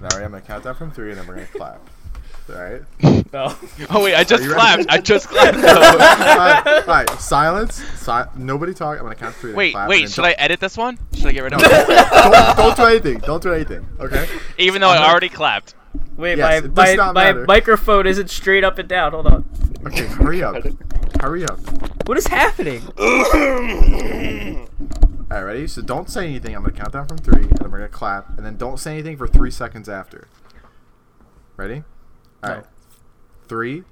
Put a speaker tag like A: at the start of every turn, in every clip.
A: Nari, I'm gonna count down from three, and then we're gonna clap. All right.
B: No.
C: Oh wait, I just
A: Are you ready?
C: clapped. I just clapped.
A: All right. All right. Silence. Si- nobody talk. I'm gonna count three. then
C: wait,
A: clap,
C: wait. Should I edit this one? Should I get rid of it?
A: I? Don't, don't do anything. Don't do anything. Okay.
C: Even though I already clapped.
B: Wait,
A: Yes, it
B: my
A: does
B: my,
A: not
B: my
A: matter.
B: microphone isn't straight up and down. Hold on.
A: Okay. Hurry up. Hurry up.
B: What is happening?
A: All right. Ready? So don't say anything. I'm gonna count down from three, and then we're gonna clap, and then don't say anything for three seconds after. Ready? All right. Three,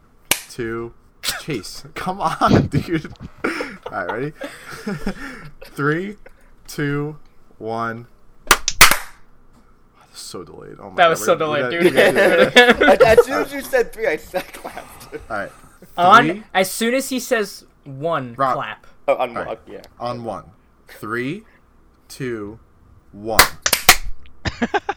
A: two, chase. Come on, dude. All right. Ready? three, two, one. Oh, that's so delayed. Oh my
B: That
A: God,
B: was
A: we're
B: so
A: gonna- we gotta- we
B: delayed,
A: gotta do that.
B: dude.
D: I- as soon as you said three, I, I clapped.
A: All right.
B: On
A: Three.
B: as soon as he says one
A: Rob.
B: clap.
D: Oh, on
A: All right.
D: yeah.
A: on one. Three, two, one.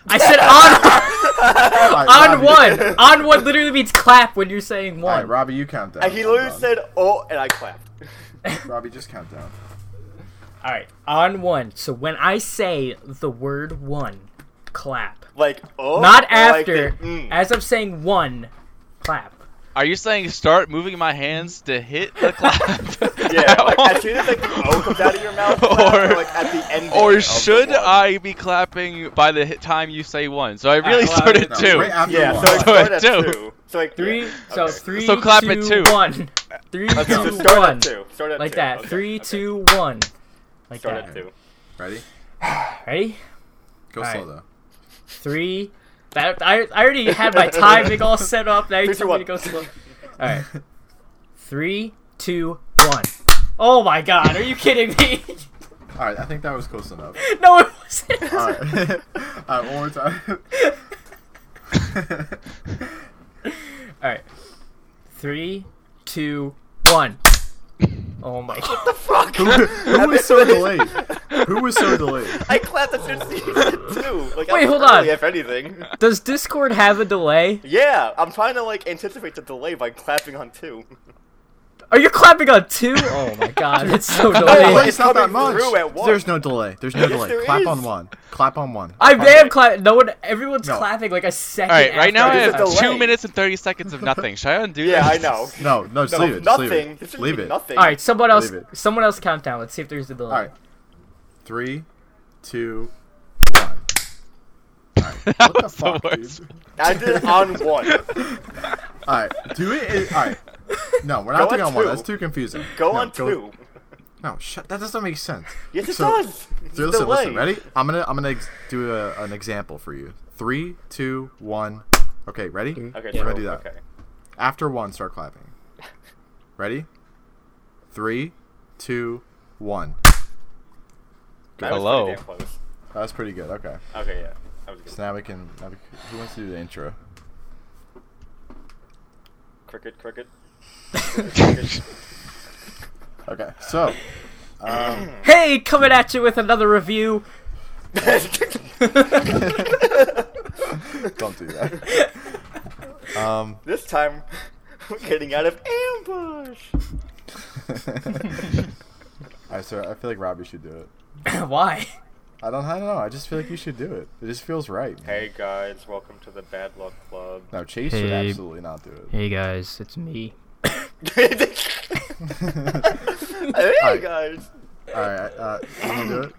B: I said on
A: All right,
B: on
A: Robbie-
B: one. On one literally means clap when you're saying
A: All
B: one.
A: right, Robbie, you count down.
D: And he
A: I'm
D: literally
A: done.
D: said, oh, and I clapped.
A: Robbie, just count down.
B: All right, on one. So when I say the word one, clap.
D: Like, oh.
B: Not
D: or like
B: after.
D: the, mm.
B: As I'm saying one, clap.
C: Are you saying start moving my hands to hit the clap?
D: Yeah, like, as soon as like, the O comes out of your mouth,
C: Or-
D: clap, or, like at the end.
C: Or should I be clapping by the hit- time you say one? So I really
B: Alright, well,
C: started
A: No,
C: two.
A: Right after
D: Yeah,
A: one.
D: so
C: So
D: it started at
C: two.
D: two. So like
B: Three.
D: yeah,
B: So
D: okay.
B: three.
C: So clap at
B: two,
C: two.
B: One. Three, two,
D: Okay, so start
B: one.
D: at two. Start at
B: Like
D: two.
B: that.
D: Okay,
B: Three,
D: okay.
B: two, one. Like
D: Start
B: that.
D: at two.
A: Ready?
B: Ready?
A: Go
B: All
A: slow
B: right.
A: though.
B: Three. That I, I already had my timing all set up. Now you
D: Three, two,
B: tell me to
D: one.
B: go slow. All right. Three, two, one. Oh my God! Are you kidding me?
A: All right, I think that was close enough.
B: no, it wasn't.
A: All right, all right, one more time.
B: All right. Three, two, one. Oh my god.
A: who, who was so delayed? Who was so delayed?
D: I clapped as soon as you said two. Like, I
B: Wait,
D: was
B: hold on.
D: early, If anything.
B: Does Discord have a delay?
D: Yeah, I'm trying to like anticipate the delay by clapping on two.
B: Are you clapping on two? Oh my god, it's so
A: Oh,
B: delayed.
A: it's not that
D: coming
A: much.
D: through at one.
A: There's no delay. There's no delay.
D: there
A: Clap
D: is.
A: on one. Clap on one.
B: I am clapping. No one, everyone's
A: No.
B: clapping like a second.
C: All right, right now I
D: There's
B: after
D: a
C: have
B: time.
C: two
D: delay.
C: minutes and thirty seconds of nothing. Should I undo
D: Yeah, I
C: this?
D: know.
A: No, no, just
D: No,
A: leave it. Just
D: nothing.
A: leave
D: This
A: it.
D: should
A: Leave
D: be
A: it.
D: Nothing.
B: All right, someone else,
A: Leave it.
B: someone else count down. Let's see if there's a delay.
A: All right, three, two,
C: that
A: what the
C: was the
A: fuck,
C: worst.
A: dude?
D: I did it on one.
A: All right, do it. in- All right, no, we're not
D: Go
A: doing
D: on
A: on one.
D: two.
A: That's too confusing.
D: Go
A: No,
D: on two.
A: No, shut. That doesn't make sense.
D: Yes, it
A: So-
D: does. It's
A: So listen, listen.
D: delay.
A: Ready? I'm gonna, I'm gonna ex- do a, an example for you. Three, two, one. Okay, ready?
D: Okay,
A: We're gonna
D: so-
A: do that.
D: Okay.
A: After one, start clapping. Ready? Three, two, one.
D: That was
C: Hello.
D: pretty damn close.
A: That was pretty good. Okay.
D: Okay, yeah. That was good.
A: So now we can. Now we can who wants to do the intro?
D: Cricket, cricket.
A: Okay. So, um,
B: Hey, coming at you with another review.
A: don't do that. Um,
D: this time, we're getting out of ambush.
A: all right, so I feel like Robbie should do it.
B: Why?
A: I don't. I don't know. I just feel like you should do it. It just feels right. man.
D: Hey guys, welcome to the Bad Luck Club.
A: No, Chase should
B: Hey.
A: absolutely not do it.
B: Hey guys, it's me.
D: hey guys.
A: All right, uh, you wanna do it?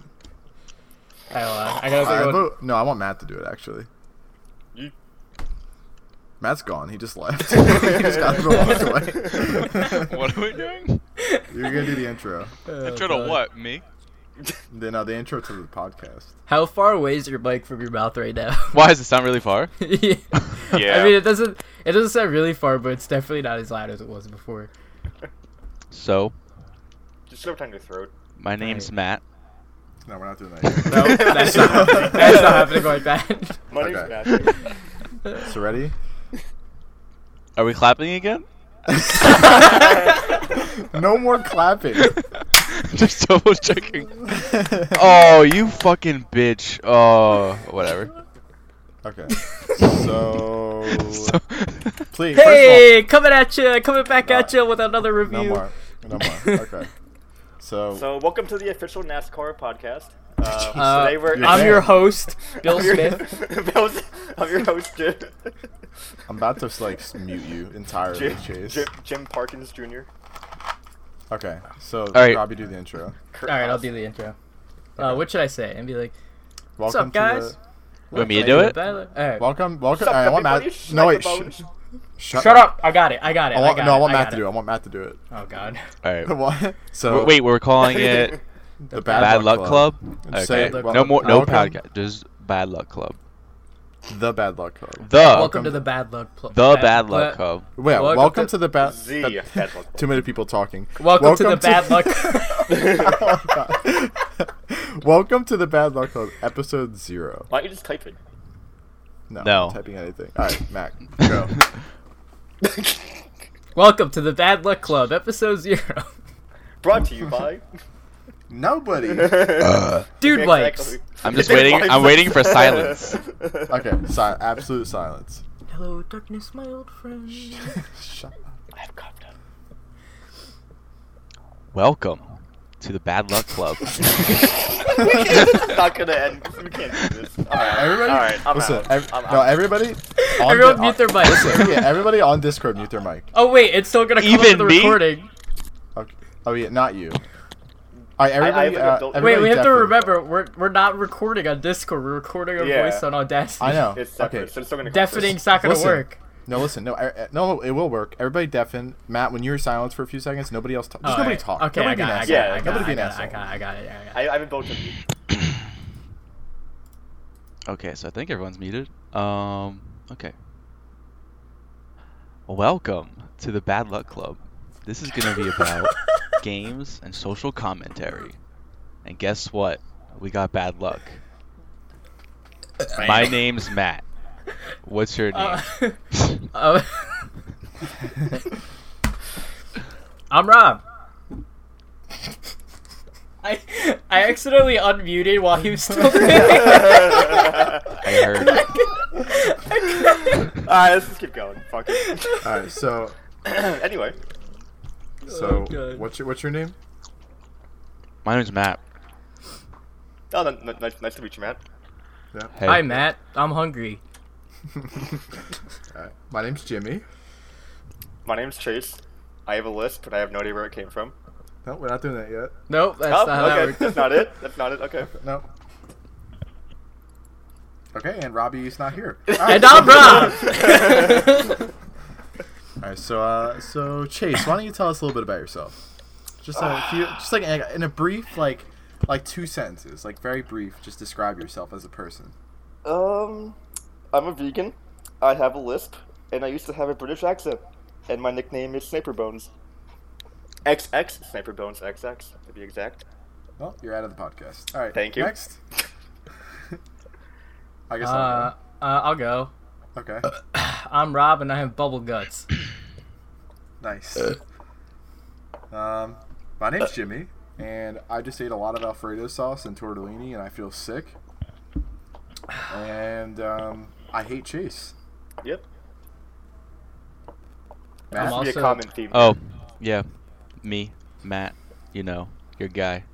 B: I, uh, I gotta
A: I
B: think. of-
A: vote- no, I want Matt to do it actually.
D: You-
A: Matt's gone. He just left. he just got up and walked away.
C: What are we doing?
A: You're gonna do the intro.
B: Oh,
C: Intro
B: God.
C: to what? Me?
A: The, no, the intro to the podcast.
B: How far away is your mic from your mouth right now?
C: Why does it sound really far?
B: yeah.
D: Yeah.
B: I mean, it doesn't. It doesn't sound really far, but it's definitely not as loud as it was before.
C: So,
D: Just no time to throat.
C: my name's Matt.
A: No, we're not doing that.
B: No, that's not happening. That's not happening like that.
D: My name's
A: Okay.
D: Matthew.
A: Yet. So ready?
C: Are we clapping again?
A: No more clapping.
C: Just double checking. Oh, you fucking bitch. Oh, whatever.
A: okay. So
C: So-
A: please.
B: Hey, coming at you, coming back
A: Nah.
B: at you with another
A: First of all,
B: review.
A: no more. No more. Okay. So,
D: So, welcome to the official NASCAR podcast. Uh,
B: Uh,
D: today we're.
A: You're
B: I'm
A: there.
B: your host, Bill
D: You're-
B: Smith.
D: Bill S- I'm your host, Jim.
A: I'm about to like s- mute you entirely,
D: Jim,
A: Chase.
D: Jim, Jim Parkins Jr.
A: Okay, so
C: right.
A: Robbie, do the intro.
D: Kurt
B: All right, I'll
D: House.
B: do the intro. Uh, what should I say? And be like,
A: Welcome
B: up, guys?
A: To
C: You want me to do it?
B: All right.
A: welcome, welcome.
D: Sup,
A: alright, I want
D: everybody?
A: Matt.
D: Smack
A: No
D: the
A: wait, sh-
D: bones.
A: shut,
B: Shut up! I got it. I got it.
A: I
B: I
A: want,
B: got
A: no,
B: it.
A: I want
B: got
A: Matt to
B: it.
A: do it. I want Matt to do it.
B: Oh God.
C: All right.
A: What? so
C: W- Wait, we're calling it
A: the
C: Bad, Luck, Club. Okay.
A: Say
B: it,
C: no
B: welcome-
C: more, no
A: welcome.
C: podcast. Just Bad Luck Club.
A: The Bad Luck Club.
C: The
B: Welcome to the bad luck. Pl-
C: the Bad Luck Club.
A: Wait, welcome,
B: Welcome
A: to,
B: to-
A: the Bad.
D: Z.
A: the-
D: Bad luck.
A: Too many people talking.
B: Welcome, to the bad luck.
A: welcome to the Bad Luck Club, episode zero.
D: Why don't you just type it?
A: No, I'm
C: No.
A: not typing anything. All right, Matt, go.
B: welcome to the bad luck club, episode zero.
D: Brought to you by.
A: Nobody.
B: Dude, likes.
D: Exactly.
C: I'm just waiting. I'm waiting for silence.
A: Okay, si- absolute silence.
B: Hello, darkness, my old friend.
A: Shut up.
D: I've coughed up.
C: Welcome to the Bad Luck Club.
D: it's not gonna end. We can't do this. All right,
A: Everybody,
D: All right, I'm
A: listen.
D: out.
A: ev-
D: I'm
A: no,
D: out.
A: everybody. on
B: Everyone
A: the-
B: mute their
A: on-
B: mic.
A: Listen, yeah, everybody on Discord mute their mic.
B: Oh wait, it's still gonna come up
C: Even
B: in the
C: me?
B: recording.
A: Okay. Oh yeah, not you. All right,
D: I
A: everybody.
D: have an
A: uh,
D: adult-
A: everybody
B: Wait, we have to
A: deafened.
B: remember we're we're not recording on Discord. We're recording our
D: Yeah.
B: voice on Audacity.
A: I know.
D: It's separate,
A: Okay.
D: so it's still gonna.
B: Deafening's not gonna
A: Listen.
B: work.
A: No, listen. No, I, I- no, it will work. Everybody deafen. Matt, when you were silent for a few seconds, nobody else talk. Just
B: All
A: nobody
B: right.
A: talk.
B: Okay,
A: nobody be
B: I got,
A: an
B: it, I
A: asshole.
D: Yeah,
B: got, it,
A: nobody
B: I
A: be an
B: got, it, I
A: asshole.
B: got, it, I got it. I got it.
D: I, I've been both of you.
C: okay, so I think everyone's muted. Um. Okay. Welcome to the Bad Luck Club. This is gonna be about games and social commentary. And guess what? We got bad luck. My name's Matt. What's your name?
B: Uh, uh, I'm Rob. I I accidentally unmuted while he was still
C: I heard.
D: All right, let's just keep going. Fuck it.
A: All right. So,
D: anyway,
A: so
B: God.
A: what's your what's your name?
C: My name's Matt.
D: oh, n- n- nice, nice to meet you, Matt.
A: Yeah.
C: Hey.
B: Hi Matt, I'm hungry.
A: All right. My name's Jimmy.
D: My name's Chase. I have a list, but I have no idea where it came from.
A: No, we're not doing that yet.
B: Nope, that's
D: oh,
B: not how
D: okay,
B: that works.
D: that's not it. That's not it. Okay.
A: No. Okay, and Robbie's not here.
B: And I'm Rob.
A: All right, so uh, so Chase, why don't you tell us a little bit about yourself? Just a few, just like in a, in a brief, like like two sentences, like very brief. Just describe yourself as a person.
D: Um, I'm a vegan. I have a lisp, and I used to have a British accent, and my nickname is Sniper Bones. XX Sniper Bones XX to be exact.
A: Well, you're out of the podcast. All right,
D: Thank you.
A: Next, I
B: uh,
A: guess.
B: uh,
A: I'm
B: I'll go.
A: done. okay,
B: I'm Rob and I have bubble guts.
A: nice. Um, my name's Jimmy, and I just ate a lot of Alfredo sauce and tortellini, and I feel sick. And um, I hate Chase.
D: Yep.
A: Matt?
B: I'm
D: This would
B: also-
D: be a common theme.
C: Oh, yeah. Me, Matt, you know, your guy.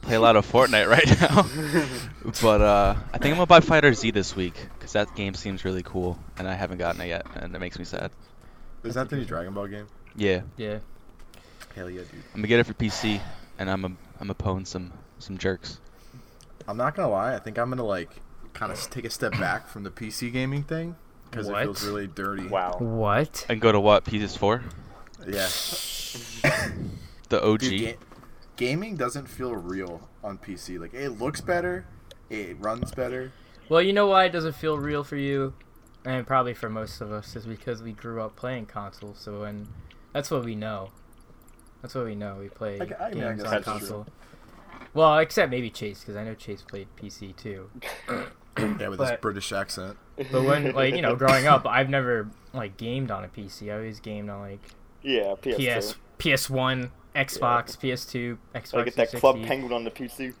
C: Play a lot of Fortnite right now. but uh, I think I'm gonna buy Fighter Z this week because that game seems really cool, and I haven't gotten it yet, and it makes me sad.
A: Is that the new Dragon Ball game?
C: Yeah,
B: Yeah.
A: Hell yeah, dude.
C: I'm gonna get it for PC, and I'm a, I'm a pwn some some jerks.
A: I'm not gonna lie. I think I'm gonna like kind of take a step back from the PC gaming thing because it
B: What?
A: feels really dirty.
D: Wow.
B: What?
C: And go to what PS4?
A: Yeah.
C: The OG.
A: Dude, ga- gaming doesn't feel real on PC. Like it looks better, it runs better.
B: Well, you know why it doesn't feel real for you, and probably for most of us, is because we grew up playing consoles. So when that's what we know. That's what we know. We play
A: I g- I mean, I
B: games
A: guess
B: on
D: that's
B: console. Well, except maybe Chase, because I know Chase played PC too.
A: Yeah, with this
B: But-
A: British accent.
B: But when, like, you know, growing up, I've never like gamed on a PC. I always gamed on like
D: Yeah. PS.
B: PS, PS One, Xbox, PS2, Xbox.
D: I get that Club
B: 360.
D: Penguin on the PC.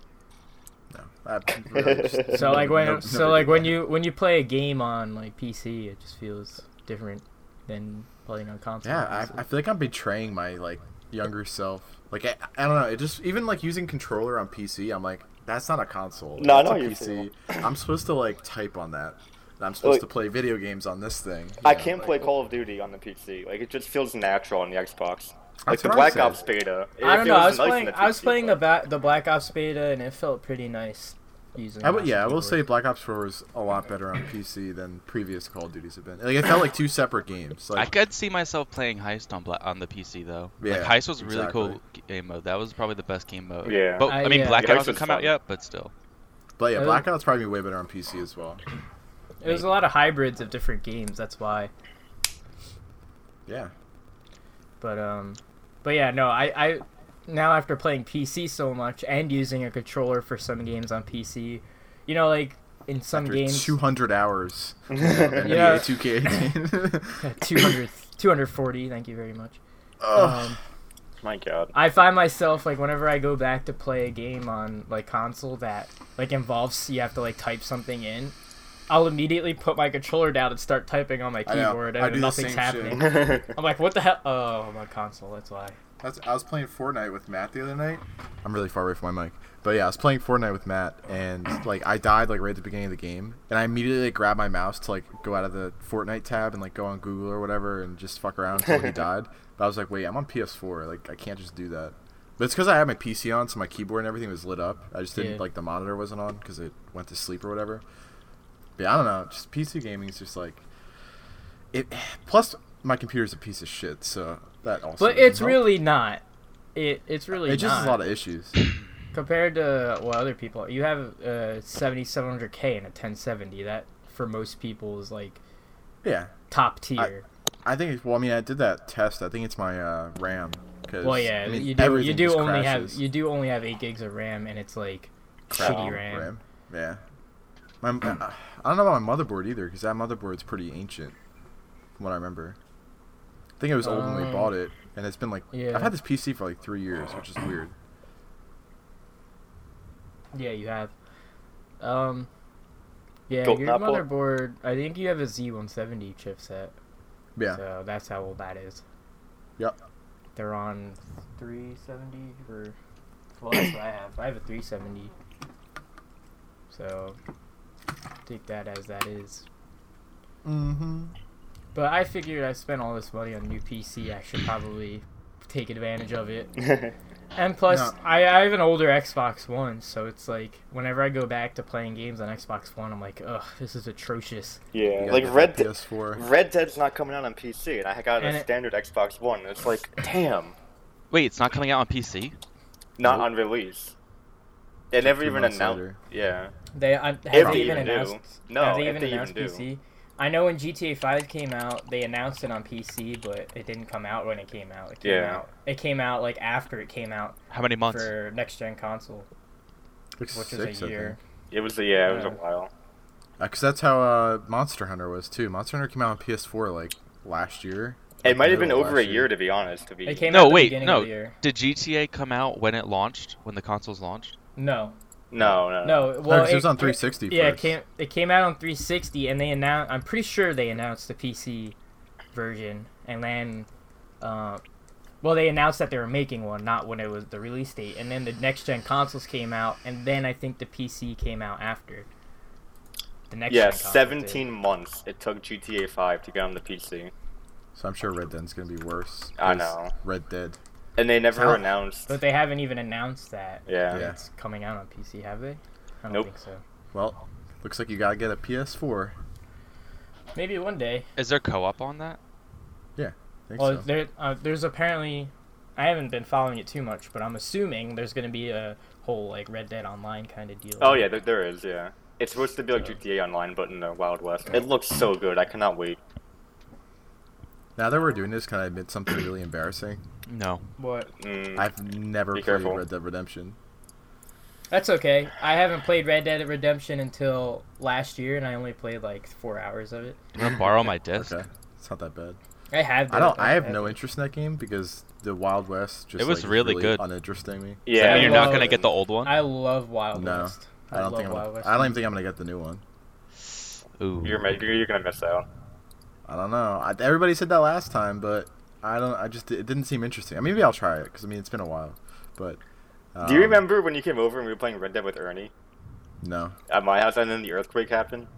A: No, I really just-
B: So like when
A: no-
B: so
A: nobody
B: like
A: did
B: when
A: that.
B: you when you play a game on like PC, it just feels different than playing on console.
A: yeah,
B: So-
A: I, I feel like I'm betraying my like younger self. Like I, I don't know. It just even like using controller on PC, I'm like That's not a console.
D: No, I
A: That's
D: know
A: a
D: you
A: PC. I'm supposed to like type on that. And I'm supposed
D: Like-
A: to play video games on this thing. you
D: I
A: know,
D: can't
A: like-
D: play Call of Duty on the PC. Like it just feels natural on the Xbox. Like
A: That's
D: the
A: what I
D: Black
A: said.
D: Ops beta. it
B: I don't know.
D: feels
B: I was
D: nice on
B: playing.
D: the
B: I was
D: PC,
B: playing the
D: but-
B: ba- the Black Ops beta, and it felt pretty nice. Using.
A: I
B: the
A: would, yeah, I will
B: mouse
A: say
B: and
A: Black Ops 4 was a lot better on PC than previous Call of Duties have been. Like it felt like two separate games.
C: I
A: Like
C: could see myself playing Heist on Bla- on the PC though.
A: Yeah,
C: like Heist was a really cool g- game mode. That was probably the best game mode.
D: Uh, Yeah.
C: But
B: I-
C: I, mean,
B: yeah.
C: Black Ops
D: Heist
C: hasn't
D: was
C: come out
D: fun.
C: yet, but still.
A: but yeah,
B: I
A: Black Ops probably way better on PC as well.
B: keyboard. It was a lot of hybrids of different games. That's why.
A: Yeah.
B: But um, but yeah, no, I I now after playing PC so much and using a controller for some games on PC, you know, like in some
A: After
B: games,
A: 200 hours.
B: Yeah.
A: yeah. 2K18.
B: 200, 240. Thank you very much.
A: Ugh.
B: Um,
D: My God.
B: I find myself like whenever I go back to play a game on like console that like involves you have to like type something in, I'll immediately put my controller down and start typing on my
A: I know.
B: keyboard
A: I
B: and
A: do the
B: nothing's
A: same shit.
B: happening. I'm like, what the hell? Oh, my console. That's why.
A: That's, I was playing Fortnite with Matt the other night. I'm really far away from my mic. But yeah, I was playing Fortnite with Matt, and like I died like right at the beginning of the game, and I immediately like, grabbed my mouse to like go out of the Fortnite tab and like go on Google or whatever and just fuck around until he died. But I was like, wait, I'm on PS4, like I can't just do that. But it's because I had my PC on, so my keyboard and everything was lit up. I just didn't
B: Yeah.
A: like the monitor wasn't on because it went to sleep or whatever. But yeah, I don't know. Just PC gaming is just like it. Plus, my computer's a piece of shit, so that also.
B: But
A: doesn't
B: it's
A: help.
B: really not. It it's really
A: It just
B: not.
A: has a lot of issues.
B: compared to well other people you have uh, a 7700k and a 1070 that for most people is like
A: Yeah,
B: top tier
A: I think. it's- Well, I mean, I did that test. I think it's my uh, RAM. 'cause,
B: well yeah
A: I mean,
B: you do you
A: everything
B: do
A: just
B: only
A: crashes.
B: have you do only have 8 gigs of ram and it's like
A: Crap
B: shitty
A: on
B: ram,
A: Yeah, my uh, I don't know about my motherboard either because that motherboard's pretty ancient, from what I remember. I think it was old when we
B: Um,
A: bought it, and it's been like
B: yeah.
A: I've had this PC for like three years, which is weird.
B: yeah you have um yeah
D: Don't
B: your
D: not pull-
B: motherboard i think you have a z170 chipset
A: Yeah,
B: so that's how old that is
A: Yep.
B: they're on 370 or well that's what i have i have a 370 so take that as that is
A: mm-hmm.
B: But I figured I spent all this money on a new PC. I should probably take advantage of it. And plus,
A: No.
B: I, I have an older Xbox One, so it's like whenever I go back to playing games on Xbox One, I'm like, ugh, this is atrocious.
D: yeah. Like Red Dead.
A: PS4.
D: Red Dead's not coming out on PC, and I got a
B: And it-
D: standard Xbox One. and It's like, damn,
C: Wait, it's not coming out on PC.
D: not
A: Nope.
D: on release. They never
A: two
D: even
A: months
D: announced.
A: later.
D: Yeah,
B: They I- have
D: If
B: they
D: they
B: even
D: even do.
B: announced?
D: No,
B: have they
D: if
B: even
D: they even
B: announced
D: do.
B: PC? I know when GTA 5 came out, they announced it on PC, but it didn't come out when it came out. It came
D: Yeah.
B: out. It came out like after it came out
C: How many months?
B: for next gen console,
A: Like
B: which
A: six,
B: is a year.
D: it was a, yeah, it was a
B: Yeah.
D: while.
A: Because that's how uh, Monster Hunter was too. Monster Hunter came out on PS4 like last year.
D: It might have been
A: middle of
D: over a
A: last
D: year, to be honest. To be
B: It came
C: No,
B: out the
C: wait,
B: beginning
C: no.
B: of the year.
C: Did GTA come out when it launched? When the consoles launched?
B: No,
D: no,
B: no.
D: no,
A: No,
B: Well,
A: 'cause it was on 360.
B: Yeah, it
A: first.
B: came it came out on 360, and they announced. I'm pretty sure they announced the PC version, and then, uh, well, they announced that they were making one, not when it was the release date, and then the next gen consoles came out, and then I think the PC came out after. The next.
D: Yeah,
B: gen consoles did.
D: 17 months it took GTA 5 to get on the PC,
A: So I'm sure Red Dead's gonna be worse.
D: I
A: 'cause
D: know.
A: Red Dead.
D: and they never
A: Huh.
D: announced.
B: But they haven't even announced that
D: Yeah.
A: Yeah.
B: it's coming out on PC, have they? I don't
D: Nope.
B: think so.
A: Well, looks like you gotta get a PS4.
B: Maybe one day.
C: Is there co-op on that?
A: Think
B: Well,
A: so.
B: there, uh, there's apparently, I haven't been following it too much, but I'm assuming there's going to be a whole like Red Dead Online kind of deal.
D: Oh yeah, there, there is. Yeah, it's supposed to be like
B: So-
D: GTA Online, but in the Wild West. It looks so good. I cannot wait.
A: Now that we're doing this, can I admit something really embarrassing?
C: No.
B: But
D: Mm.
A: I've never
D: Be
A: played
D: careful.
A: Red Dead Redemption.
B: that's okay. I haven't played Red Dead Redemption until last year, and I only played like four hours of it.
C: I'm gonna borrow my disc.
A: Okay, it's not that bad.
B: I have.
A: I don't.
B: the-
A: I have no interest in that game because the Wild West just
C: It was
A: like, is
C: really good.
A: uninteresting to me.
C: So now
D: yeah,
C: you're
B: I
C: not
B: love-
C: gonna get the old one.
B: I love Wild
A: No,
B: West.
A: I don't
B: love
A: think I'm
B: Wild
A: gonna,
B: West.
A: I don't even think I'm gonna get the new one.
C: Ooh.
D: You're, ma- you're you're gonna miss out.
A: I don't know. I, everybody said that last time, but I don't. I just it didn't seem interesting. I mean, maybe I'll try it because I mean it's been a while, but
D: Do you
A: Um,
D: remember when you came over and we were playing Red Dead with Ernie
A: No.
D: at my house, and then the earthquake happened?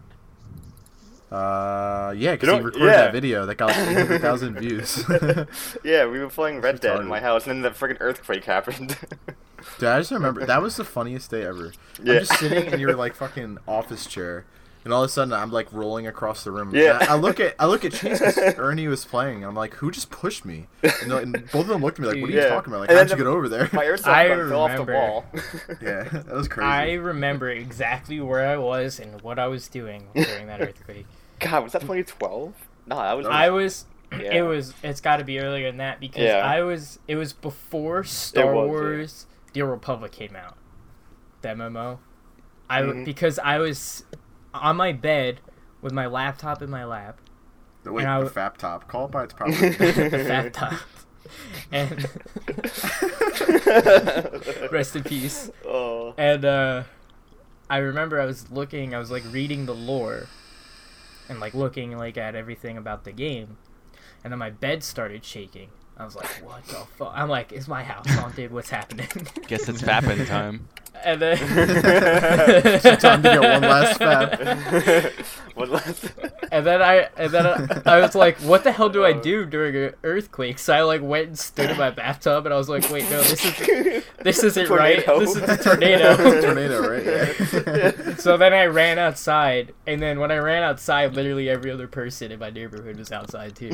A: Uh, yeah, because
D: You
A: he
D: don't-
A: recorded
D: yeah.
A: that video that got like 800,000 views.
D: yeah, we were playing Red Dead at
A: retarded.
D: my house, and then the freaking earthquake happened.
A: Dude, I just remember that was the funniest day ever.
D: Yeah.
A: I'm just sitting in your like fucking office chair, and all of a sudden I'm like rolling across the room.
D: Yeah.
A: And I, I look at I look at Chase because Ernie was playing, and I'm like, who just pushed me? And, they- and both of them looked at me like, what are you
D: Yeah.
A: talking about? Like,
D: And
A: how'd you
D: then
A: get over there?
D: my airsoft
B: I
D: gun fell off the
B: remember.
D: wall.
A: yeah, that was crazy.
B: I remember exactly where I was and what I was doing during that earthquake.
D: God, was that 2012? Nah, that was.
B: I was.
D: Yeah.
B: It was. It's got to be earlier than that because
D: Yeah.
B: I was. It was before Star
D: was, yeah.
B: Wars: The Old Republic came out. That memo. I
D: Mhm.
B: because I was on my bed with my laptop in my lap,
A: The- Wait,
B: and I
A: the
B: w-
A: fap top. Call it by its proper name.
B: the laptop, and rest in peace.
D: Oh.
B: And uh, I remember I was looking, I was like reading the lore, and like looking like at everything about the game, and then my bed started shaking. I was like, "What the fuck?" I'm like, "Is my house haunted? What's happening?"
C: Guess it's fapping time.
B: and then
A: So time to get one last fap.
D: What was-
B: And then I and then I, I was like, "What the hell do I do during an earthquake?" So I like went and stood in my bathtub, and I was like, "Wait, no, this is this isn't right.
D: Tornado.
B: This is a tornado."
A: Tornado, right? Yeah.
B: So then I ran outside, and then when I ran outside, literally every other person in my neighborhood was outside too.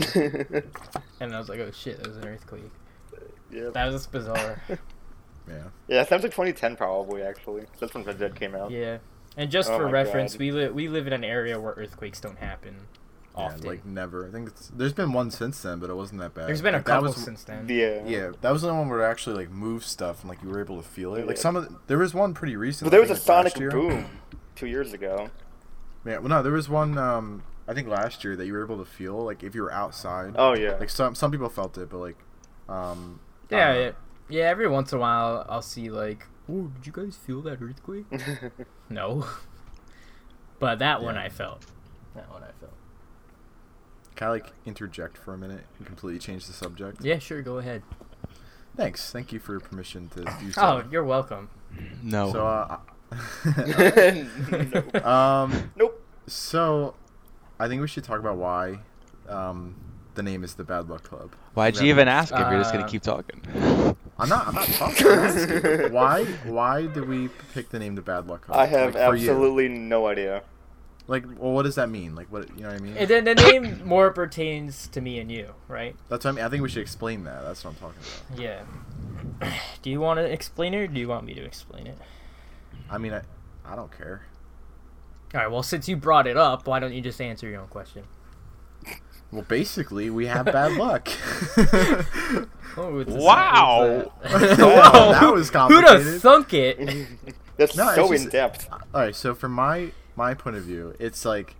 B: And I was like, oh shit, that was an earthquake.
D: Yep.
B: That was bizarre.
A: yeah.
D: Yeah, sounds like 2010 probably. Actually, that's when Red Dead came out.
B: Yeah. And just
D: Oh
B: for
D: my
B: reference,
D: God.
B: we live we live in an area where earthquakes don't happen
A: Yeah,
B: often.
A: like never. I think it's, there's been one since then, but it wasn't that bad.
B: There's been a
A: Like, that
B: couple
A: was-
B: since then.
D: Yeah.
A: Yeah, that was the one where it actually like moved stuff and like you were able to feel it. Like
D: Yeah.
A: some of the, there was one pretty recent.
D: Well, there
A: I
D: was a
A: think, like, last
D: sonic
A: year.
D: boom two years ago.
A: Yeah, well, no, there was one. Um, I think last year that you were able to feel like if you were outside.
D: Oh yeah.
A: Like some some people felt it, but like, um, I
B: yeah,
A: don't know.
B: yeah. Yeah, every once in a while I'll see like, oh, did you guys feel that earthquake? no. But that one
A: Yeah.
B: I felt. That one I felt.
A: Can I like interject for a minute and completely change the subject?
B: Yeah, sure, go ahead.
A: Thanks. Thank you for your permission to do
B: Oh,
A: so.
B: you're welcome.
C: No.
A: So, uh,
D: nope.
A: um,
D: nope.
A: so I think we should talk about why, um, the name is the Bad Luck Club.
C: Why'd you even ask if you're just
B: Uh,
C: gonna keep talking?
A: I'm not. I'm not talking. I'm asking. why? Why did we pick the name the Bad Luck Club?
D: I have
A: Like, for you.
D: absolutely no idea.
A: Like, well, what does that mean? Like, what you know what I mean?
B: And then the name more pertains to me and you, right?
A: That's what I mean. I think we should explain that. That's what I'm talking about.
B: Yeah. Do you want to explain it or do you want me to explain it?
A: I mean, I, I don't care.
B: All right, well, since you brought it up, why don't you just answer your own question?
A: Well, basically, we have bad luck.
B: Oh, it's a-
C: Wow.
B: it's a-
A: Wow, that was
B: Who'd have
A: complicated.
B: thunk it?
D: That's
A: No,
D: so
A: it's
D: in
A: just-
D: depth.
A: All right, so from my my point of view, it's like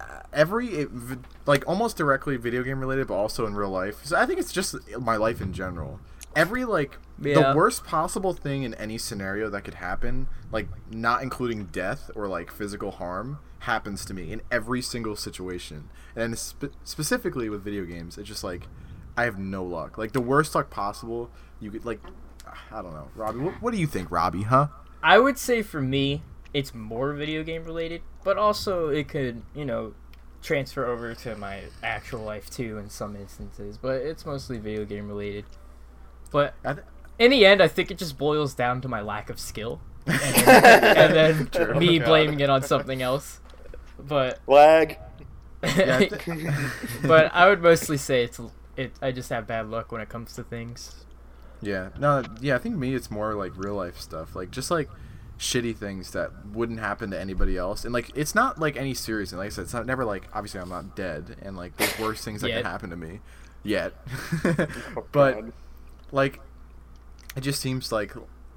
A: uh, every it, v- like almost directly video game related, but also in real life. So I think it's just my life in general. Every like
B: Yeah.
A: the worst possible thing in any scenario that could happen, like not including death or like physical harm, happens to me in every single situation. And spe- specifically with video games, it's just like I have no luck. Like the worst luck possible, you could like I don't know, Robbie. What, what do you think, Robbie? Huh?
B: I would say for me, it's more video game related, but also it could, you know, transfer over to my actual life too in some instances, but it's mostly video game related. But
A: I th-
B: in the end, I think it just boils down to my lack of skill. and then
A: True. Oh
B: me
D: God.
B: blaming it on something else. But
D: Lag.
A: Yeah, I thi-
B: but I would mostly say it's it. I just have bad luck when it comes to things.
A: yeah, no, yeah. I think me, it's more like real life stuff, like just like shitty things that wouldn't happen to anybody else, and like it's not like any serious. And like I said, it's not never like obviously I'm not dead, and like there's worse things that
B: Yet.
A: could happen to me, yet.
D: Oh,
A: but
D: God.
A: like, it just seems like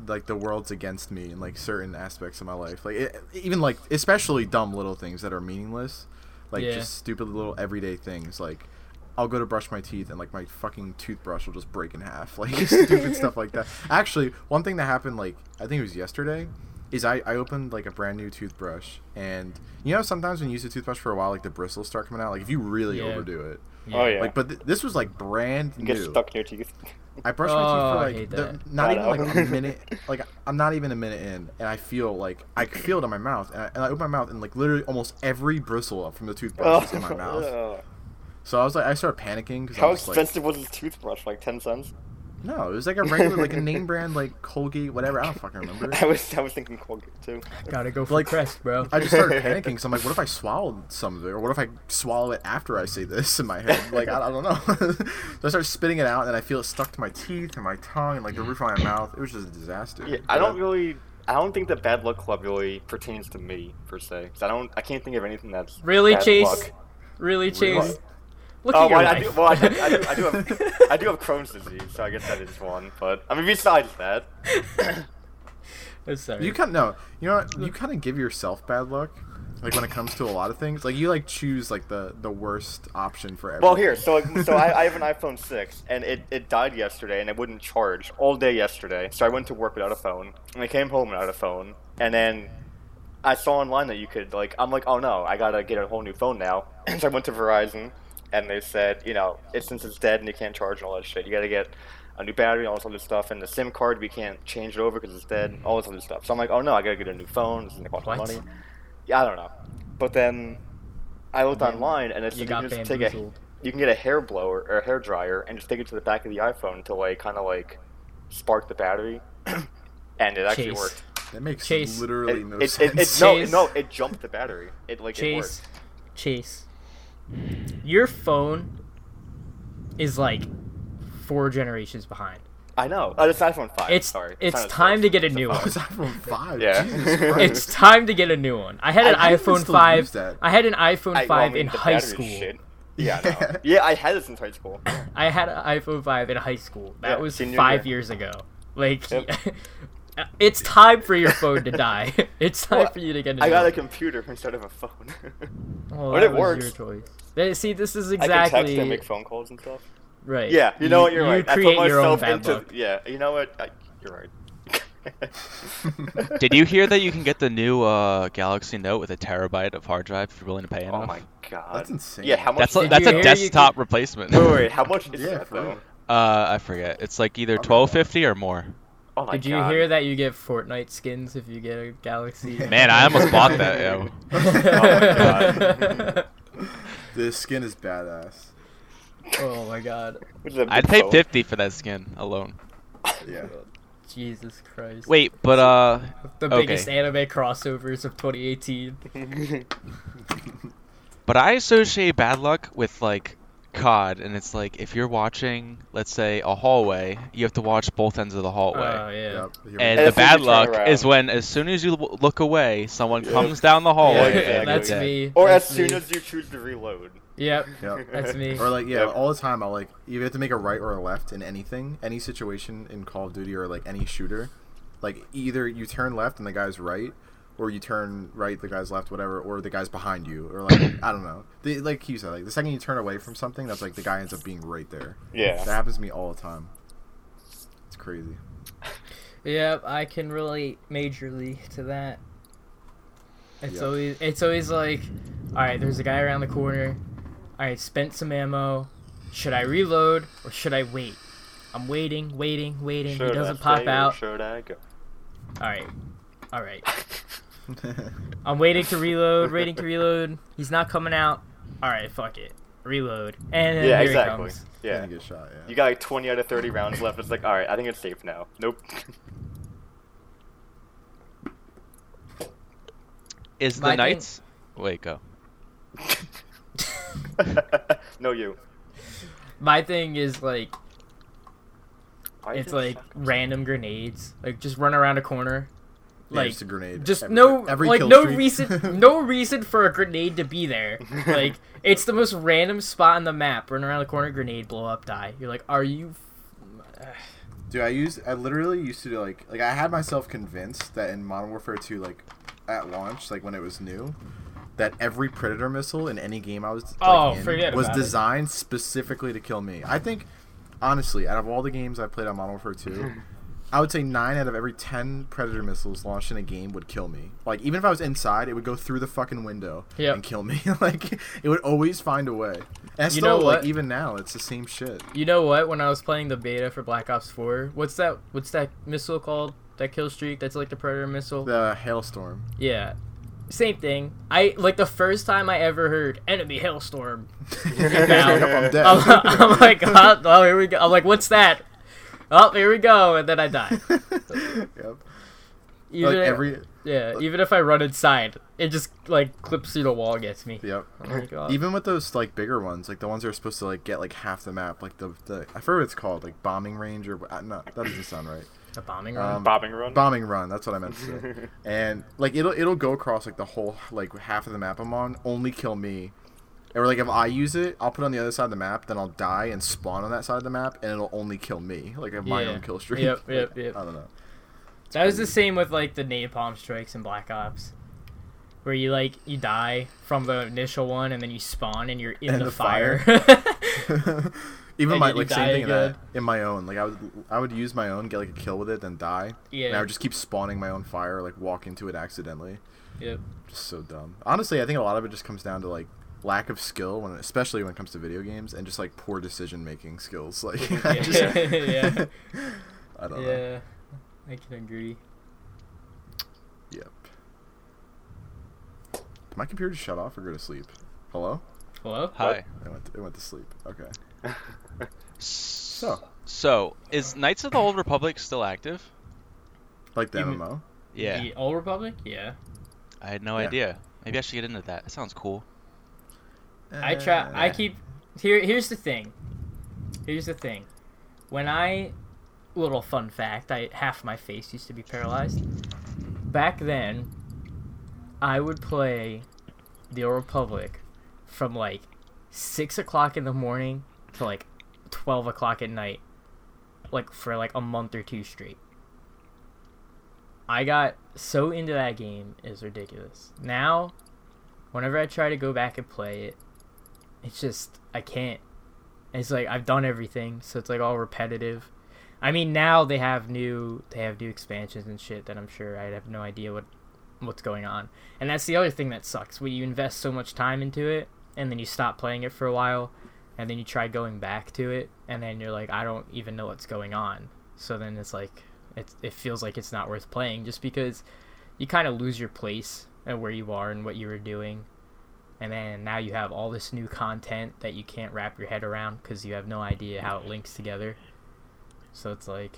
A: like the world's against me in like certain aspects of my life, like it, even like especially dumb little things that are meaningless, like
B: Yeah.
A: just stupid little everyday things, like I'll go to brush my teeth and like my fucking toothbrush will just break in half. Like stupid stuff like that. Actually, one thing that happened like I think it was yesterday is I, I opened like a brand new toothbrush and you know sometimes when you use a toothbrush for a while like the bristles start coming out like if you really
B: Yeah.
A: overdo it
D: Oh yeah.
A: like but th- this was like brand
D: you
A: new
D: get stuck in your teeth.
A: I brushed
B: Oh, I
A: my teeth
B: hate
A: for like
B: that.
A: the, not
D: I
A: even
D: know.
A: like a minute. Like I'm not even a minute in, and I feel like I feel it in my mouth, and I, and I open my mouth, and like literally almost every bristle up from the
D: Oh,
A: toothbrush is in my mouth.
D: Ugh.
A: So I was like, I started panicking because I
D: How
A: was like,
D: expensive was his toothbrush? Like ten cents?
A: no, it was like a regular, like a name brand, like Colgate, whatever. I don't fucking remember.
D: I was I was thinking Colgate too.
B: Gotta go for
A: Like-
B: crest, bro.
A: I just started panicking. So I'm like, what if I swallowed some of it, or what if I swallow it after I say this in my head? Like I, I don't know. so I started spitting it out, and I feel it stuck to my teeth and my tongue and like the roof of my mouth. It was just a disaster.
D: Mm. Yeah, I don't
A: But-
D: really. I don't think the bad luck club really pertains to me per se. 'cause I don't. I can't think of anything that's
B: Really,
D: bad
B: Chase?
D: luck.
B: Really, Chase?
A: Really?
B: Look
D: Oh,
B: at your
D: well, I
B: life.
D: do, well, I do, I do, I do have, I do have Crohn's disease, so I guess that is one. But I mean, besides that,
B: I'm sorry.
A: You kind of no. You know what? You kind of give yourself bad luck, like when it comes to a lot of things. Like you like choose like the the worst option for everything.
D: well, here, so like, so I, I have an iPhone six, and it, it died yesterday, and it wouldn't charge all day yesterday. So I went to work without a phone, and I came home without a phone, and then I saw online that you could like, I'm like, oh no, I gotta get a whole new phone now. so I went to Verizon, and they said, you know, it, since it's dead and you can't charge and all that shit, you gotta get a new battery and all this other stuff, and the SIM card we can't change it over because it's dead, all this other stuff. So I'm like, oh no, I gotta get a new phone. This is gonna cost
B: What?
D: money. Yeah, I don't know. But then I looked online, and it
B: you
D: said you
B: got
D: can just take a
B: bamboozled.
D: you can get a hair blower or a hair dryer and just take it to the back of the iPhone to like kind of like spark the battery, and it actually
B: Chase.
D: worked.
A: that makes
B: Chase.
A: literally
D: It,
A: no
D: it, it,
A: sense.
D: it, no,
B: Chase.
D: no, it jumped the battery. It like it
B: Chase,
D: worked.
B: Chase, your phone is like four generations behind.
D: I know. Oh, it's iPhone five.
B: It's
D: sorry.
B: it's time to get a new
A: I
B: one.
A: was Oh, iPhone five.
D: Yeah.
A: Jesus Christ.
B: It's time to get a new one. I had an
A: I think we
B: iPhone
A: still
B: five.
A: use that.
B: I had an iPhone
D: I, well, I
B: five
D: mean,
B: in
D: the
B: high
D: battery's
B: school.
D: Shit. Yeah, I
A: Yeah.
D: know. yeah, I had this in high school.
B: I had an iPhone five in high school. That
D: Yeah,
B: was
D: senior
B: five
D: year.
B: years ago. Like,
D: Yep.
B: it's time for your phone to die. It's time
D: Well,
B: for you to get. A
D: I
B: new
D: got a
B: one.
D: computer instead of a phone.
B: Well,
D: but
B: that
D: it
B: was
D: works.
B: Your choice. They- See, this is
D: I
B: exactly
D: can text and make phone calls and stuff.
B: right.
D: Yeah, you know what? You're
B: you
D: right.
B: Create
D: I put
B: your own
D: myself
B: bad
D: into.
B: luck.
D: Yeah, you know what? I, you're right.
C: Did you hear that you can get the new uh, Galaxy Note with a terabyte of hard drive if you're willing to pay enough?
D: Oh my god.
A: That's insane.
D: Yeah, how much?
C: That's a,
B: Did
C: that's
B: you
C: a
B: hear you
C: desktop replacement.
D: Wait, wait, wait, how much is
A: Yeah,
D: that
A: for
D: though?
A: real.
C: Uh, I forget. It's like either
A: Okay.
C: twelve fifty or more.
D: Oh my
B: Did you
D: god.
B: hear that you get Fortnite skins if you get a Galaxy?
C: Man, I almost bought Oh that. Yo.
D: my
A: This skin is badass.
B: oh my god.
D: This is a
C: I'd
D: big
C: pay
D: phone.
C: fifty for that skin alone.
A: Yeah.
B: Jesus Christ.
C: Wait, but uh,
B: The
C: okay.
B: biggest anime crossovers of 2018.
C: but I associate bad luck with like COD, and it's like if you're watching, let's say, a hallway, you have to watch both ends of the
B: Oh,
C: hallway.
B: yeah.
A: Yep, you're
C: And
A: right.
D: And
C: the
D: as soon as
C: bad
D: you turn
C: luck is
D: around.
C: when, as soon as you w- look away, someone
D: Yeah.
C: comes down the hallway. and
D: Yeah, Oh, exactly.
C: you're
B: That's
C: dead.
B: me.
D: Or as
B: that's
D: soon
B: me.
D: as you choose to reload.
B: Yep.
A: Yep.
B: That's me.
A: Or like yeah,
D: Yep.
A: all the time I like you have to make a right or a left in anything, any situation in Call of Duty or like any shooter. Like either you turn left and the guy's right, or you turn right, the guy's left, whatever, or the guy's behind you, or like I don't know. The, like you said, like the second you turn away from something, that's like the guy ends up being right there. That
D: Yeah.
A: happens to me all the time. It's crazy.
B: Yep, I can relate majorly to that. It's
A: Yeah.
B: always it's always like, all right, there's a guy around the corner. All right, spent some ammo. Should I reload or should I wait? I'm waiting, waiting, waiting. he doesn't
D: I
B: pop
D: stay or
B: out.
D: Should I go?
B: All right, all right. I'm waiting to reload, waiting to reload. He's not coming out. All right, fuck it, reload. And then
D: yeah,
B: here
D: exactly.
B: he comes.
A: yeah.
D: Yeah.
A: Get shot. Yeah.
D: You got like 20 out of 30 rounds left. It's like, alright, I think it's safe now. Nope.
C: Is the
B: My thing-
C: knights? Wait, go.
D: no, you.
B: My thing is like
D: Why
B: it's
D: did you
B: like random grenades. Like just run around a corner.
A: Yeah,
B: Like
A: just a grenade.
B: just
A: every-
B: no
A: every
B: like
A: kill
B: no
A: streak.
B: reason no reason for a grenade to be there. Like it's the most random spot on the map. Run around the corner, grenade, blow up, die. You're like, are you?
A: Dude, I used I literally used to do, like like I had myself convinced that in Modern Warfare 2 like at launch like when it was new that every predator missile in any game I was like,
B: Oh,
A: in
B: forget
A: was
B: about it.
A: designed specifically to kill me. I think honestly, out of all the games I played on Modern Warfare 2, I would say nine out of every ten predator missiles launched in a game would kill me. Like even if I was inside, it would go through the fucking window
B: Yep.
A: and kill me. like it would always find a way. And that's
B: You
A: still,
B: know
A: like
B: what?
A: even now, it's the same shit.
B: You know what? When I was playing the beta for Black Ops 4, what's that? What's that missile called? That kill streak? That's like the Predator missile.
A: The hailstorm.
B: yeah, same thing. I like the first time I ever heard enemy hailstorm.
A: I'm dead.
B: I'm, I'm like, oh, oh, here we go. I'm like, what's that? Oh, here we go, and then I die.
A: yep.
B: Even
A: Like every
B: yeah, even if I run inside, it just like clips through the wall and gets me.
A: yep.
B: Oh my god.
A: Even with those like bigger ones, like the ones that are supposed to like get like half the map, like the, the I forget what it's called, like bombing range or uh, no, that doesn't sound right.
B: a bombing run.
A: Um,
D: Bobbing run.
A: bombing run. That's what I meant to say. and like it'll it'll go across like the whole like half of the map I'm on, only kill me. Or like if I use it, I'll put it on the other side of the map, then I'll die and spawn on that side of the map, and it'll only kill me. Like I have my
B: Yeah.
A: own kill streak.
B: Yep, yep,
A: Like,
B: yep.
A: I don't know.
B: That was the same with like the napalm strikes in Black Ops, where you like you die from the initial one and then you spawn and you're in
A: And
B: the,
A: the
B: fire.
A: fire. Even
B: And
A: my
B: you
A: like
B: die
A: same thing in
B: again.
A: that in my own. Like I would I would use my own, get like a kill with it, then die. And I
B: yeah.
A: would just keep spawning my own fire, like walk into it accidentally.
B: Yep.
A: Just so dumb. Honestly, I think a lot of it just comes down to like lack of skill when especially when it comes to video games and just like poor decision making skills. Like I
B: Yeah.
A: just
B: Yeah.
A: I don't know.
B: Yeah. I can agree.
A: Yep. Did my computer just shut off or go to sleep? Hello?
B: Hello.
C: Hi.
A: It went it went to sleep. Okay.
C: So,
A: So
C: so is Knights of the Old Republic still active?
A: like the
B: You mean-
A: MMO.
C: Yeah,
B: The Old Republic. Yeah.
C: I had no
A: Yeah.
C: idea. Maybe I should get into that. That sounds cool.
B: I try. I
A: Uh,
B: keep. Here. Here's the thing. Here's the thing. When I, little fun fact, I half my face used to be paralyzed. Back then, I would play, the Old Republic, from like, six o'clock in the morning to like, twelve o'clock at night, like for like a month or two straight. I got so into that game is ridiculous. Now, whenever I try to go back and play it, it's just I can't. It's like I've done everything, so it's like all repetitive. I mean, now they have new they have new expansions and shit that I'm sure I have no idea what what's going on. And that's the other thing that sucks. When you invest so much time into it and then you stop playing it for a while and then you try going back to it and then you're like I don't even know what's going on. So then it's like it it feels like it's not worth playing just because you kind of lose your place and where you are and what you were doing and then now you have all this new content that you can't wrap your head around because you have no idea how it links together. So it's like,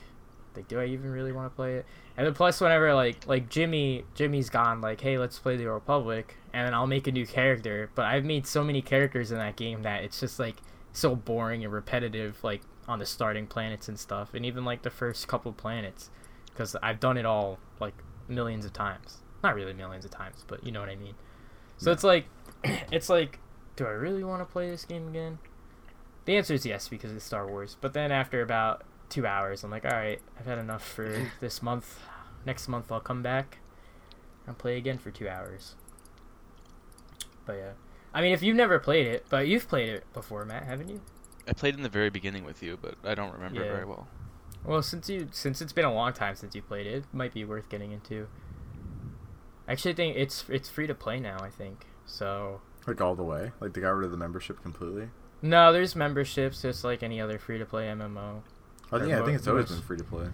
B: like, do I even really want to play it? And then plus, whenever like like Jimmy Jimmy's gone, like, hey, let's play the Republic, and then I'll make a new character. But I've made so many characters in that game that it's just like so boring and repetitive, like on the starting planets and stuff, and even like the first couple planets, because I've done it all like millions of times. Not really millions of times, but you know what I mean. So it's like it's like, do I really want to play this game again? The answer is yes because it's Star Wars. But then after about two hours, I'm like, all right, I've had enough for this month. Next month I'll come back and play again for two hours. But yeah, I mean, if you've never played it, but you've played it before, Matt, haven't you?
C: I played in the very beginning with you, but I don't remember
B: Yeah.
C: very well.
B: Well, since you since it's been a long time since you played it, it might be worth getting into. I actually think it's it's free to play now. I think so.
A: like all the way. Like they got rid of the membership completely.
B: No, there's memberships just like any other free to play MMO.
A: I think, yeah, I
B: Mo-
A: think it's always
B: most-
A: been free to play.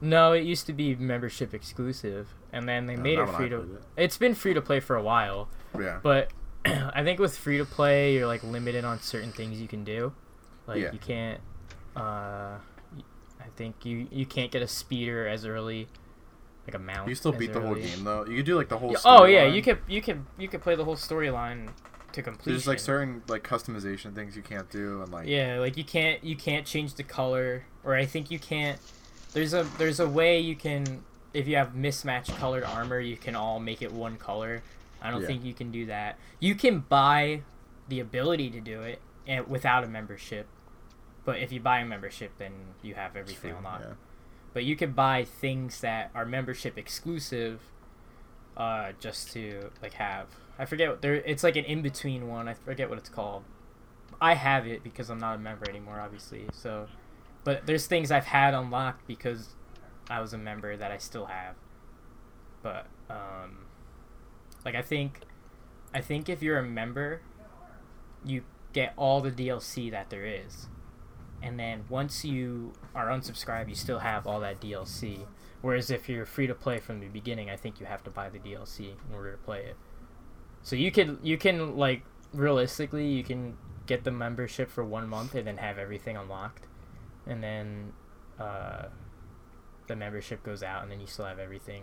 B: No, it used to be membership exclusive, and then they
A: Uh,
B: made
A: not
B: it
A: when I
B: free to.
A: played
B: It's been free to play for a while,
A: Yeah.
B: but I think with free to play, you're like limited on certain things you can do. Like
A: Yeah.
B: you can't. Uh, y- I think you you can't get a speeder as early, like a mount.
A: You still
B: as
A: beat the whole
B: early.
A: game though. You could do like the whole.
B: Yeah, oh yeah,
A: storyline.
B: you could you could you could play the whole storyline to complete.
A: There's like certain like customization things you can't do, and like
B: Yeah, like you can't you can't change the color, or I think you can't. There's a there's a way you can if you have mismatched colored armor, you can all make it one color. I don't
A: Yeah.
B: think you can do that. You can buy the ability to do it and without a membership, but if you buy a membership, then you have
A: it's
B: everything
A: free,
B: unlocked.
A: yeah.
B: But you can buy things that are membership exclusive, uh, just to like have. I forget what there. It's like an in between one. I forget what it's called. I have it because I'm not a member anymore, obviously. So, but there's things I've had unlocked because I was a member that I still have. But um, like I think, I think if you're a member, you get all the DLC that there is, and then once you are unsubscribed, you still have all that DLC. Whereas if you're free to play from the beginning, I think you have to buy the DLC in order to play it. So you could you can like realistically you can get the membership for one month and then have everything unlocked, and then uh, the membership goes out and then you still have everything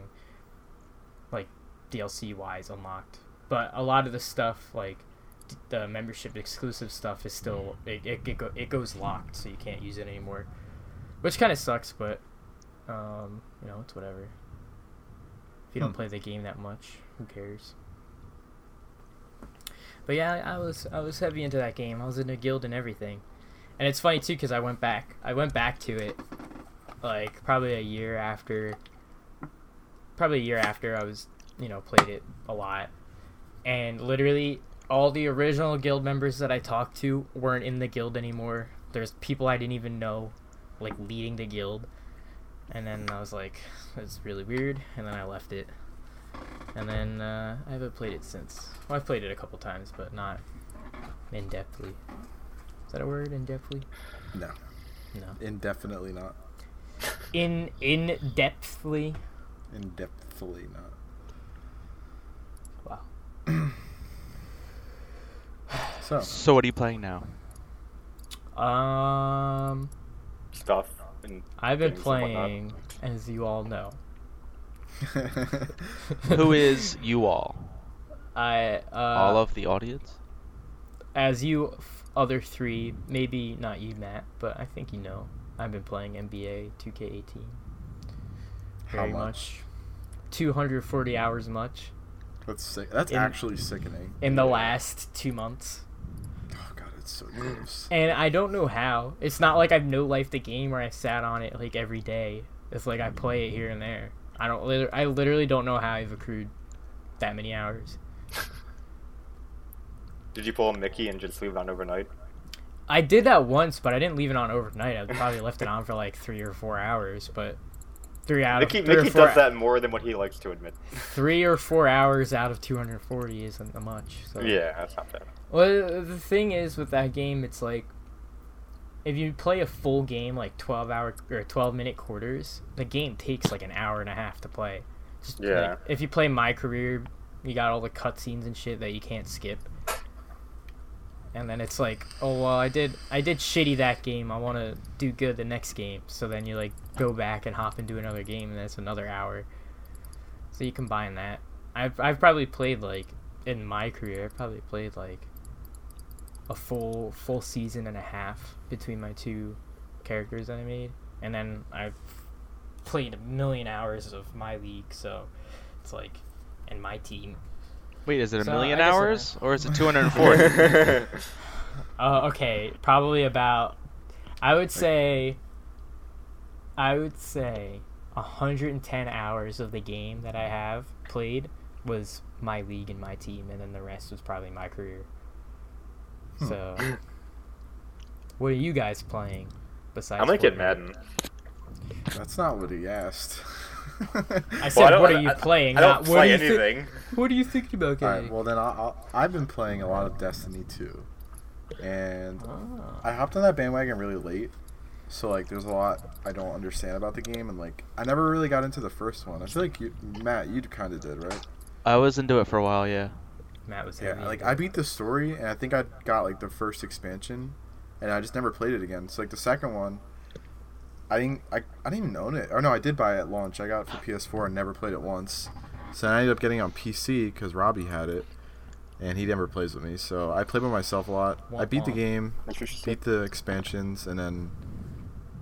B: like DLC wise unlocked. But a lot of the stuff like d- the membership exclusive stuff is still it it, it, go, it goes locked, so you can't use it anymore, which kind of sucks. But um, you know it's whatever. If you don't
C: Hmm.
B: play the game that much, who cares? But yeah, I- I was I was heavy into that game. I was in a guild and everything, and it's funny too because I went back. I went back to it, like probably a year after. Probably a year after I was, you know, played it a lot, and literally all the original guild members that I talked to weren't in the guild anymore. There's people I didn't even know, like leading the guild, and then I was like, "That's really weird," and then I left it. And then uh, I haven't played it since. Well, I've played it a couple times, but not in depthly. Is that a word? In depthly?
A: No,
B: No.
A: indefinitely not.
B: In in depthly.
A: Indepthly not.
B: Wow.
A: So
C: So what are you playing now?
B: Um,
D: stuff. And
B: I've been
D: games and whatnot.
B: playing, as you all know.
C: Who is you all?
B: I uh,
C: all of the audience?
B: as you f- other three, maybe not you, Matt, but I think you know. I've been playing NBA 2K18.
A: How
B: Very
A: much?
B: 240 hours much
A: that's sick. That's
B: In-
A: actually sickening.
B: in the last two months.
A: Oh god, it's so gross.
B: Mm. And I don't know how. It's not like I've no life the game or I sat on it like every day. It's like I play it here and there. I don't. lit- I literally don't know how I've accrued that many hours.
D: Did you pull a Mickey and just leave it on overnight?
B: I did that once, but I didn't leave it on overnight. I probably left it on for like three or four hours, but three out
D: Mickey,
B: of three or
D: Mickey
B: four-
D: does that more than what he likes to admit.
B: Three or four hours out of 240 isn't much. So.
D: Yeah, that's not bad.
B: Well, the thing is with that game, it's like if you play a full game, like twelve hour or twelve minute quarters, the game takes like an hour and a half to play. Just like,
D: Yeah.
B: if you play My Career, you got all the cutscenes and shit that you can't skip. And then it's like, oh well, I did I did shitty that game. I want to do good the next game. So then you like go back and hop into another game, and that's another hour. So you combine that. I've I've probably played like in my career, I probably played like a full full season and a half between my two characters that I made, and then I've played a million hours of my league, so it's like, and my team.
C: Wait, is it a
B: So,
C: million
B: I guess I-
C: hours or is it 240?
B: Uh, okay, probably about, I would say, I would say, 110 hours of the game that I have played was my league and my team, and then the rest was probably my career.
A: Hmm.
B: So, what are you guys playing? Besides,
D: I'm gonna get
B: Fortnite?
D: Madden.
A: That's not what he asked.
B: I
D: Well,
B: said,
D: don't-
B: what are you
D: I-
B: playing?
D: I
B: not
D: don't
B: what
D: play
B: are you thi-
D: anything.
B: what are you thinking about
A: All
B: getting?
A: right. Well, then I'll, I'll, I've been playing a lot of Destiny 2, and
B: Ah.
A: I hopped on that bandwagon really late. So like, there's a lot I don't understand about the game, and like, I never really got into the first one. I feel like you, Matt, you kind of did, right?
C: I was into it for a while, yeah.
B: Matt was
A: Yeah.
B: heavy.
A: Like, I beat the story, and I think I got like the first expansion, and I just never played it again. So like, the second one, I didn't, I, I didn't even own it. Or no, I did buy it at launch. I got it for PS4 and never played it once. So then I ended up getting it on PC because Robbie had it, and he never plays with me. So I play by myself a lot. I beat the
B: Womp
A: game.
B: womp.
A: beat the expansions and then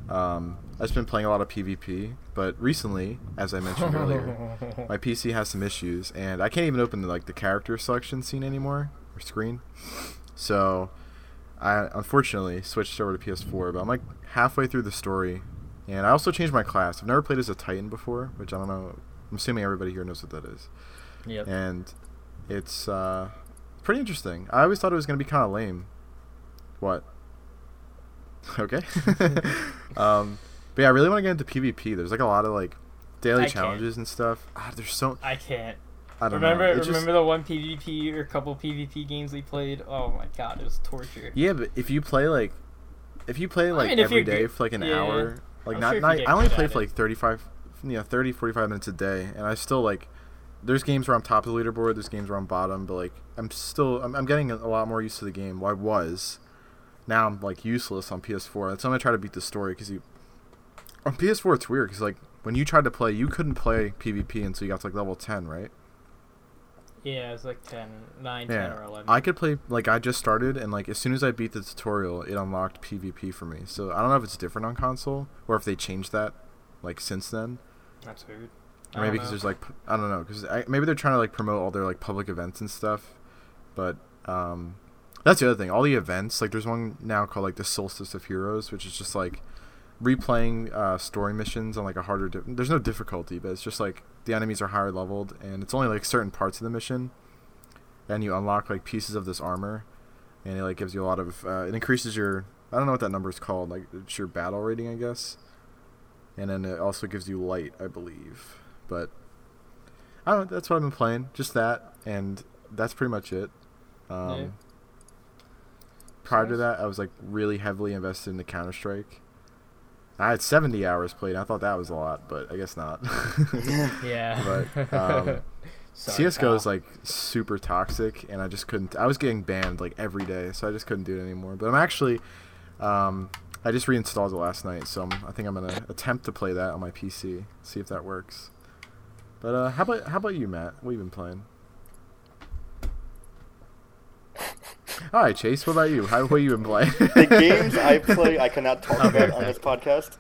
A: um, I've just been playing a lot of PvP. But recently, as I mentioned earlier, my PC has some issues and I can't even open the, like the character selection scene anymore or screen. So I unfortunately switched over to PS4. But I'm like halfway through the story, and I also changed my class. I've never played as a Titan before, which I don't know. I'm assuming everybody here knows what that is
B: Yep.
A: and it's uh, pretty interesting. I always thought it was going to be kind of lame. What? Okay. um, But yeah, I really want to get into PvP. There's like a lot of like daily
B: I can't.
A: challenges and stuff. Ah, there's so
B: I can't.
A: I don't
B: Remember,
A: know. It's
B: remember
A: just-
B: the one PvP or couple PvP games we played? Oh my god, it was torture.
A: Yeah, but if you play like, if you play like
B: mean, if
A: every
B: you're
A: day
B: good-
A: for like an
B: yeah.
A: hour, like
B: I'm
A: not,
B: sure if you
A: not
B: get
A: I only
B: good
A: play
B: at
A: for
B: it.
A: like 35, you know, 30, 45 minutes a day, and I still like, there's games where I'm top of the leaderboard, there's games where I'm bottom, but like I'm still, I'm, I'm getting a lot more used to the game. Well, I was, now I'm like useless on PS4. That's why I'm gonna try to beat the story because you, on PS4 it's weird because like when you tried to play, you couldn't play PvP until you got to like level 10, right?
B: Yeah, it was like 10, 9, 10, or 11.
A: I could play like I just started and like as soon as I beat the tutorial, it unlocked PvP for me. So I don't know if it's different on console or if they changed that like since then.
B: That's weird. I
A: Or maybe because
B: don't know.
A: there's like p- I don't know because maybe they're trying to like promote all their like public events and stuff. But um, that's the other thing. All the events like there's one now called like the Solstice of Heroes, which is just like replaying uh, story missions on like a harder. Di- there's no difficulty, but it's just like the enemies are higher leveled and it's only like certain parts of the mission. And you unlock like pieces of this armor, and it like gives you a lot of. Uh, it increases your. I don't know what that number is called. Like it's your battle rating, I guess. And then it also gives you light, I believe but I don't. know, That's what I've been playing. Just that, and that's pretty much it. Um,
B: Yeah.
A: Prior to
B: Nice.
A: that, I was like really heavily invested into Counter Strike. I had 70 hours played. I thought that was a lot, but I guess not.
B: Yeah.
A: but um,
B: Sorry,
A: CS:GO is
B: pal.
A: like super toxic, and I just couldn't. I was getting banned like every day, so I just couldn't do it anymore. But I'm actually, um, I just reinstalled it last night, so I'm, I think I'm gonna attempt to play that on my PC, see if that works. But uh, how about how about you, Matt? What have you been playing? All right, Chase. What about you? How what you been playing?
D: The games I play, I cannot talk
B: Okay,
D: about on this podcast.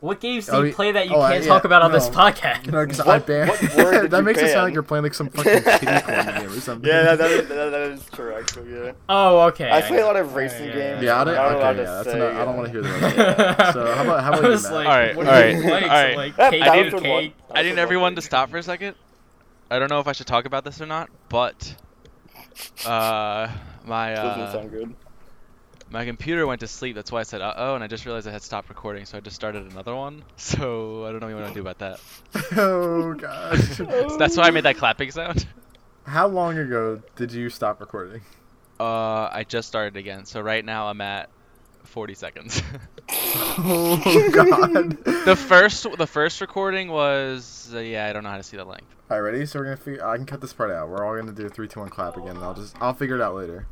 B: What games do
A: Oh,
B: you
A: y-
B: play that you
A: oh, I-
B: can't
A: yeah,
B: talk about on this
A: no.
B: podcast?
A: No, 'cause I
D: What-
A: banned.
D: what word did
A: that
D: you
A: makes it sound like
D: ban?
A: you're playing like some fucking kitty corn game or something.
D: Yeah, that, that, is, that, that is true, actually. Yeah.
B: Oh, okay.
D: I play a lot of
B: Oh,
D: racing
B: yeah.
D: games.
A: Yeah, I
D: I'm
A: don't,
D: not allowed
A: okay,
D: to
A: yeah, that's
D: say,
A: enough. I
D: uh,
A: don't want to hear that. So how about- how about
B: I
A: you,
B: was
A: Matt?
B: like,
C: Alright,
B: what are you
C: alright,
B: playing? So,
C: alright.
B: like,
D: That-
B: cake
D: that
B: and
D: was a
B: cake?
D: one-
C: I
D: that was
C: need
D: a
C: everyone
D: one.
C: to stop for a second. I don't know if I should talk about this or not, but uh, my
D: Doesn't
C: uh,
D: sound good.
C: my computer went to sleep. That's why I said uh oh, and I just realized I had stopped recording, so I just started another one. So I don't know what you want to do about that.
A: Oh gosh.
C: So that's why I made that clapping sound.
A: How long ago did you stop recording?
C: Uh, I just started again. So right now I'm at 40 seconds.
A: Oh god.
C: the first the first recording was uh, yeah I don't know how to see the length.
A: Alright, ready? So we're gonna figure I can cut this part out. We're all gonna do a three, two, one clap again and I'll just I'll figure it out later.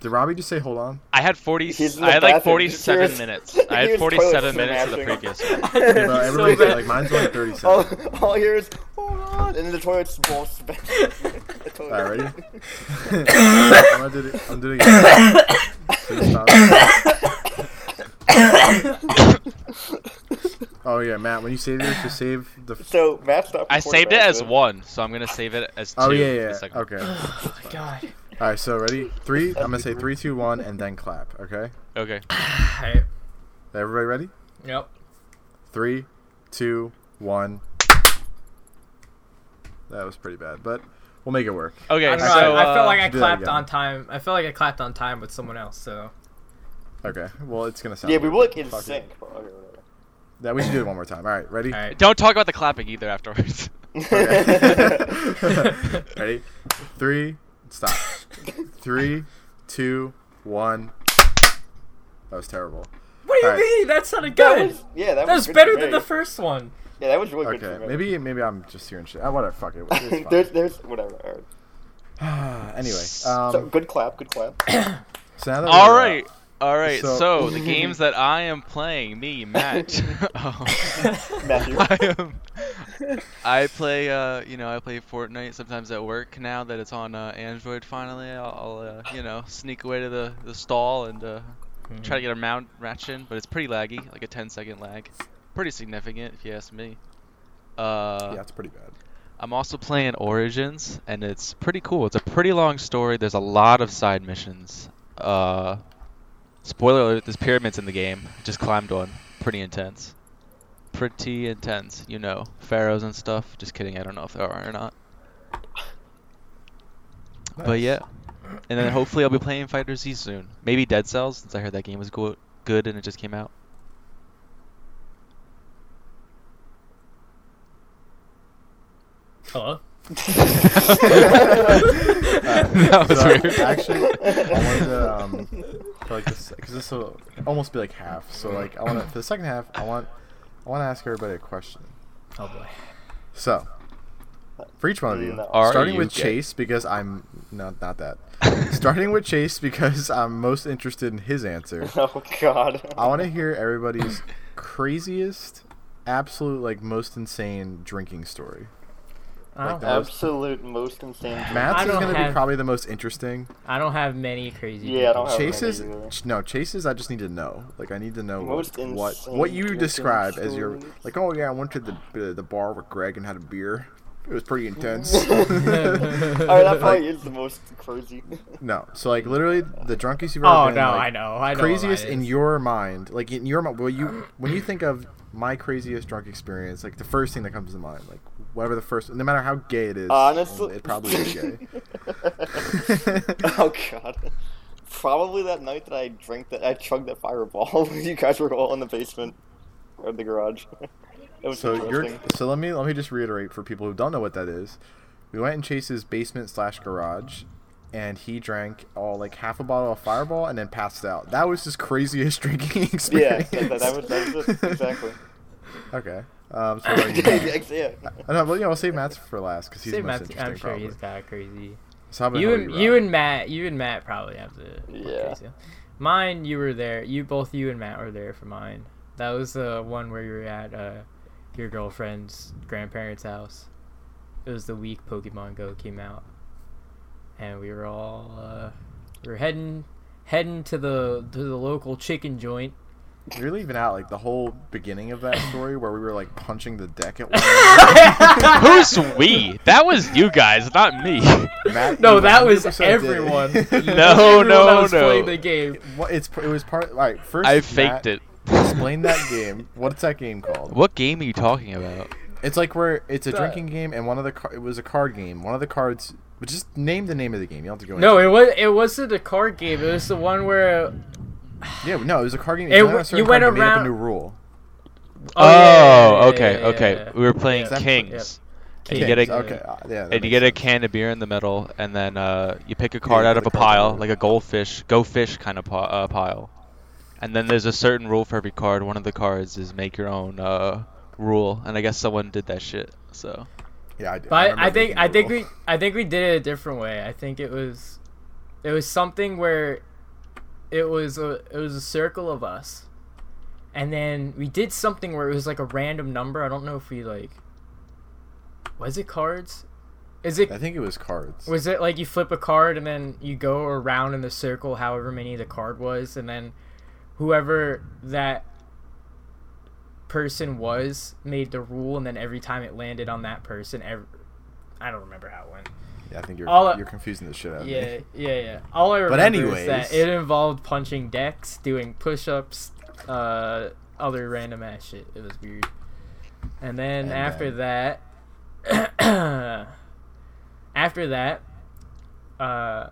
A: Did Robbie just say hold on?
C: I had 40.
D: He's in
C: I
D: the
C: had like
D: bathroom.
C: 47
D: Here's-
C: minutes. I had
D: here's
C: 47
D: toilet
C: minutes of the
D: smashing.
C: previous. one.
A: Yeah, but everybody's
B: bad.
A: like mine's only thirty
D: all,
A: seconds.
D: all I hear is, hold on, and then the toilet's balls smash. The toilet.
A: Alright, ready? I'm gonna do it I'm doing it again. Please stop. oh yeah, Matt, when you save yours, just save the f-
D: So, Matt stopped
C: I
D: recording
C: saved it as
D: after.
C: one, so I'm gonna save it as two.
A: Oh
C: the
A: yeah, yeah.
C: second one.
A: Okay.
B: Oh my god.
A: Alright, so ready? Three I'm gonna say three, two, one, and then clap, okay?
C: Okay.
B: Alright.
A: Everybody ready?
B: Yep.
A: Three, two, one. That was pretty bad, but we'll make it work.
C: Okay.
B: I, don't
C: so
B: know, I, I felt like
A: uh,
B: I
A: do that
B: clapped
A: again.
B: on time. I felt like I clapped on time with someone else. So
A: Okay. Well, it's gonna sound.
D: Yeah, we
A: weird,
D: were like
A: but
D: in
A: fuck it.
D: sync. but okay, whatever.
A: Yeah, we should do it one more time. All right, ready?
B: all right.
C: don't talk about the clapping either afterwards.
A: Okay. ready? Three. Stop. Three, two, one. That was terrible.
B: What do you
A: All right.
B: mean? That sounded
D: That
B: good.
D: was, yeah, that,
B: That was
D: good
B: better
D: for
B: than
D: me.
B: the first one.
D: Yeah, that was really good.
A: Okay,
D: for me.
A: maybe maybe I'm just hearing shit. Ah, whatever. Fuck it. It's
D: there's,
A: fine. Ah,
D: there's whatever. all right.
A: anyway,
D: So,
A: um,
D: good clap, good clap.
A: so
D: Oh,
A: now that we're,
C: all
A: uh,
C: right. All right.
A: So-
C: So, the games that I am playing, me Matt. Oh.
D: Matthew.
C: I
A: um,
C: am. I play. Uh, you know, I play Fortnite sometimes at work. Now that it's on uh, Android, finally, I'll, I'll uh, you know sneak away to the, the stall and uh,
A: Hmm.
C: try to get a mount ratchet, in, but it's pretty laggy, like a 10 second lag. Pretty significant, if you ask me. Uh,
A: Yeah, it's pretty bad.
C: I'm also playing Origins, and it's pretty cool. It's a pretty long story. There's a lot of side missions. Uh, spoiler alert: there's pyramids in the game. Just climbed one. Pretty intense. Pretty intense, you know, pharaohs and stuff. Just kidding. I don't know if there are or not. But
A: Nice.
C: yeah, and then hopefully I'll be playing Fighter Z soon. Maybe Dead Cells, since I heard that game was go- good and it just came out.
B: Hello.
C: that was
A: Uh, So,
C: weird.
A: Actually, I wanted to, um, for like this, because this will almost be like half. So, like, I want to, for the second half, I want, I want to ask everybody a question.
B: Oh boy.
A: So, for each one of you,
D: No.
C: Are
A: starting
C: you
A: with
C: gay?
A: Chase because I'm no, not that. starting with Chase because I'm most interested in his answer.
D: Oh God.
A: I want to hear everybody's craziest, absolute like most insane drinking story.
B: I
A: Like
B: don't,
A: that.
D: Absolute most insane.
A: Matt's
B: I
A: is
B: don't
A: gonna be
B: have-
A: probably the most interesting.
B: I don't have many crazy.
D: Yeah, I don't
B: people.
D: have
A: Chase
D: any
A: is
D: either.
A: ch- no Chase's. I just need to know. Like I need to know
D: Most
A: what what,
D: insane
A: what you
D: drinking
A: describe as your
D: stories.
A: like. Oh yeah, I went to the uh, the bar with Greg and had a beer. It was pretty intense. no,
D: Alright, that probably is the most crazy.
A: so like literally the drunkest you've ever
B: Oh
A: been.
B: no,
A: like,
B: I know. I know.
A: Craziest
B: what that
A: in
B: is.
A: your mind, like in your mind, well, you when you think of my craziest drunk experience, like the first thing that comes to mind, like whatever the first, no matter how gay it is, and
D: Honestly,
A: it probably is gay.
D: oh God. Probably that night that I drank that I chugged that fireball. when you guys were all in the basement or the garage. it was
A: So you're
D: interesting.
A: so let me let me just reiterate for people who don't know what that is. We went in Chase's basement slash garage, and he drank all like half a bottle of Fireball and then passed out. That was his craziest drinking
D: Yeah,
A: experience.
D: that, that was, that was it. Exactly.
A: okay. Um, so like,
D: yeah.
A: I know, but yeah, I'll save Matt's for last because he's
B: Say
A: the most
B: Matt's-
A: interesting.
B: I'm sure
A: probably.
B: he's got crazy.
A: So how about
B: You
A: how uh,
B: and
A: Rob?
B: you and Matt, you and Matt probably have the more
D: Yeah.
B: crazy. Mine, you were there. You both, you and Matt were there for mine. That was the one where you were at uh, your girlfriend's grandparents' house. It was the week Pokemon Go came out, and we were all uh, we were heading heading to the to the local chicken joint.
A: You're leaving out like the whole beginning of that story where we were like punching the deck at one.
C: Who's we? That was you guys, not me.
A: Matt,
B: No,
A: you
B: that was
A: 100% did it.
B: everyone.
C: No,
B: Everyone that
C: no,
B: was playing
C: no.
B: the game.
A: What- it's it was part. All right, first
C: I
A: Matt,
C: faked it.
A: Explain that game. What's that game called?
C: What game are you talking about?
A: It's like where it's a
B: The-
A: drinking game, and one of the car- it was a card game. One of the cards, but just name the name of the game. You don't have to go.
B: No,
A: into
B: it was it wasn't a card game. It was the one where oh,
A: it, yeah, no, it was a card game. It,
B: It w-
A: was
B: you went
A: Made up a
B: around-
A: new rule.
C: Oh,
B: yeah, yeah,
C: okay,
B: yeah,
C: okay.
B: yeah, yeah.
C: We were playing
A: Yeah.
C: Kings. And
B: Kings,
C: you get a
B: yeah.
A: Okay, uh, yeah. that
C: and you
A: makes
C: get a
A: sense.
C: can of beer in the middle, and then uh, you pick a card
A: you
C: out
A: get
C: of
A: the
C: a
A: card out of
C: pile,
A: it.
C: like a go fish, go fish kind of pa- uh, pile. And then there's a certain rule for every card. One of the cards is make your own uh, rule, and I guess someone did that shit. So
A: Yeah, I did.
B: But
A: remember
B: I think
A: making
B: I
A: the
B: think
A: rule.
B: we I think we did it a different way. I think it was it was something where it was a it was a circle of us. And then we did something where it was like a random number. I don't know if we like was it cards? Is it
A: I think it was cards.
B: was it like you flip a card and then you go around in the circle however many the card was and then whoever that person was made the rule and then every time it landed on that person ev I don't remember how it went.
A: yeah, I think you're
B: all-
A: you're confusing the shit out of me.
B: Yeah, yeah, yeah. All I remember
A: But
B: is
A: anyways-
B: that it involved punching decks, doing push-ups, uh, other random ass shit. It was weird. And
A: And
B: then after that, after that, uh,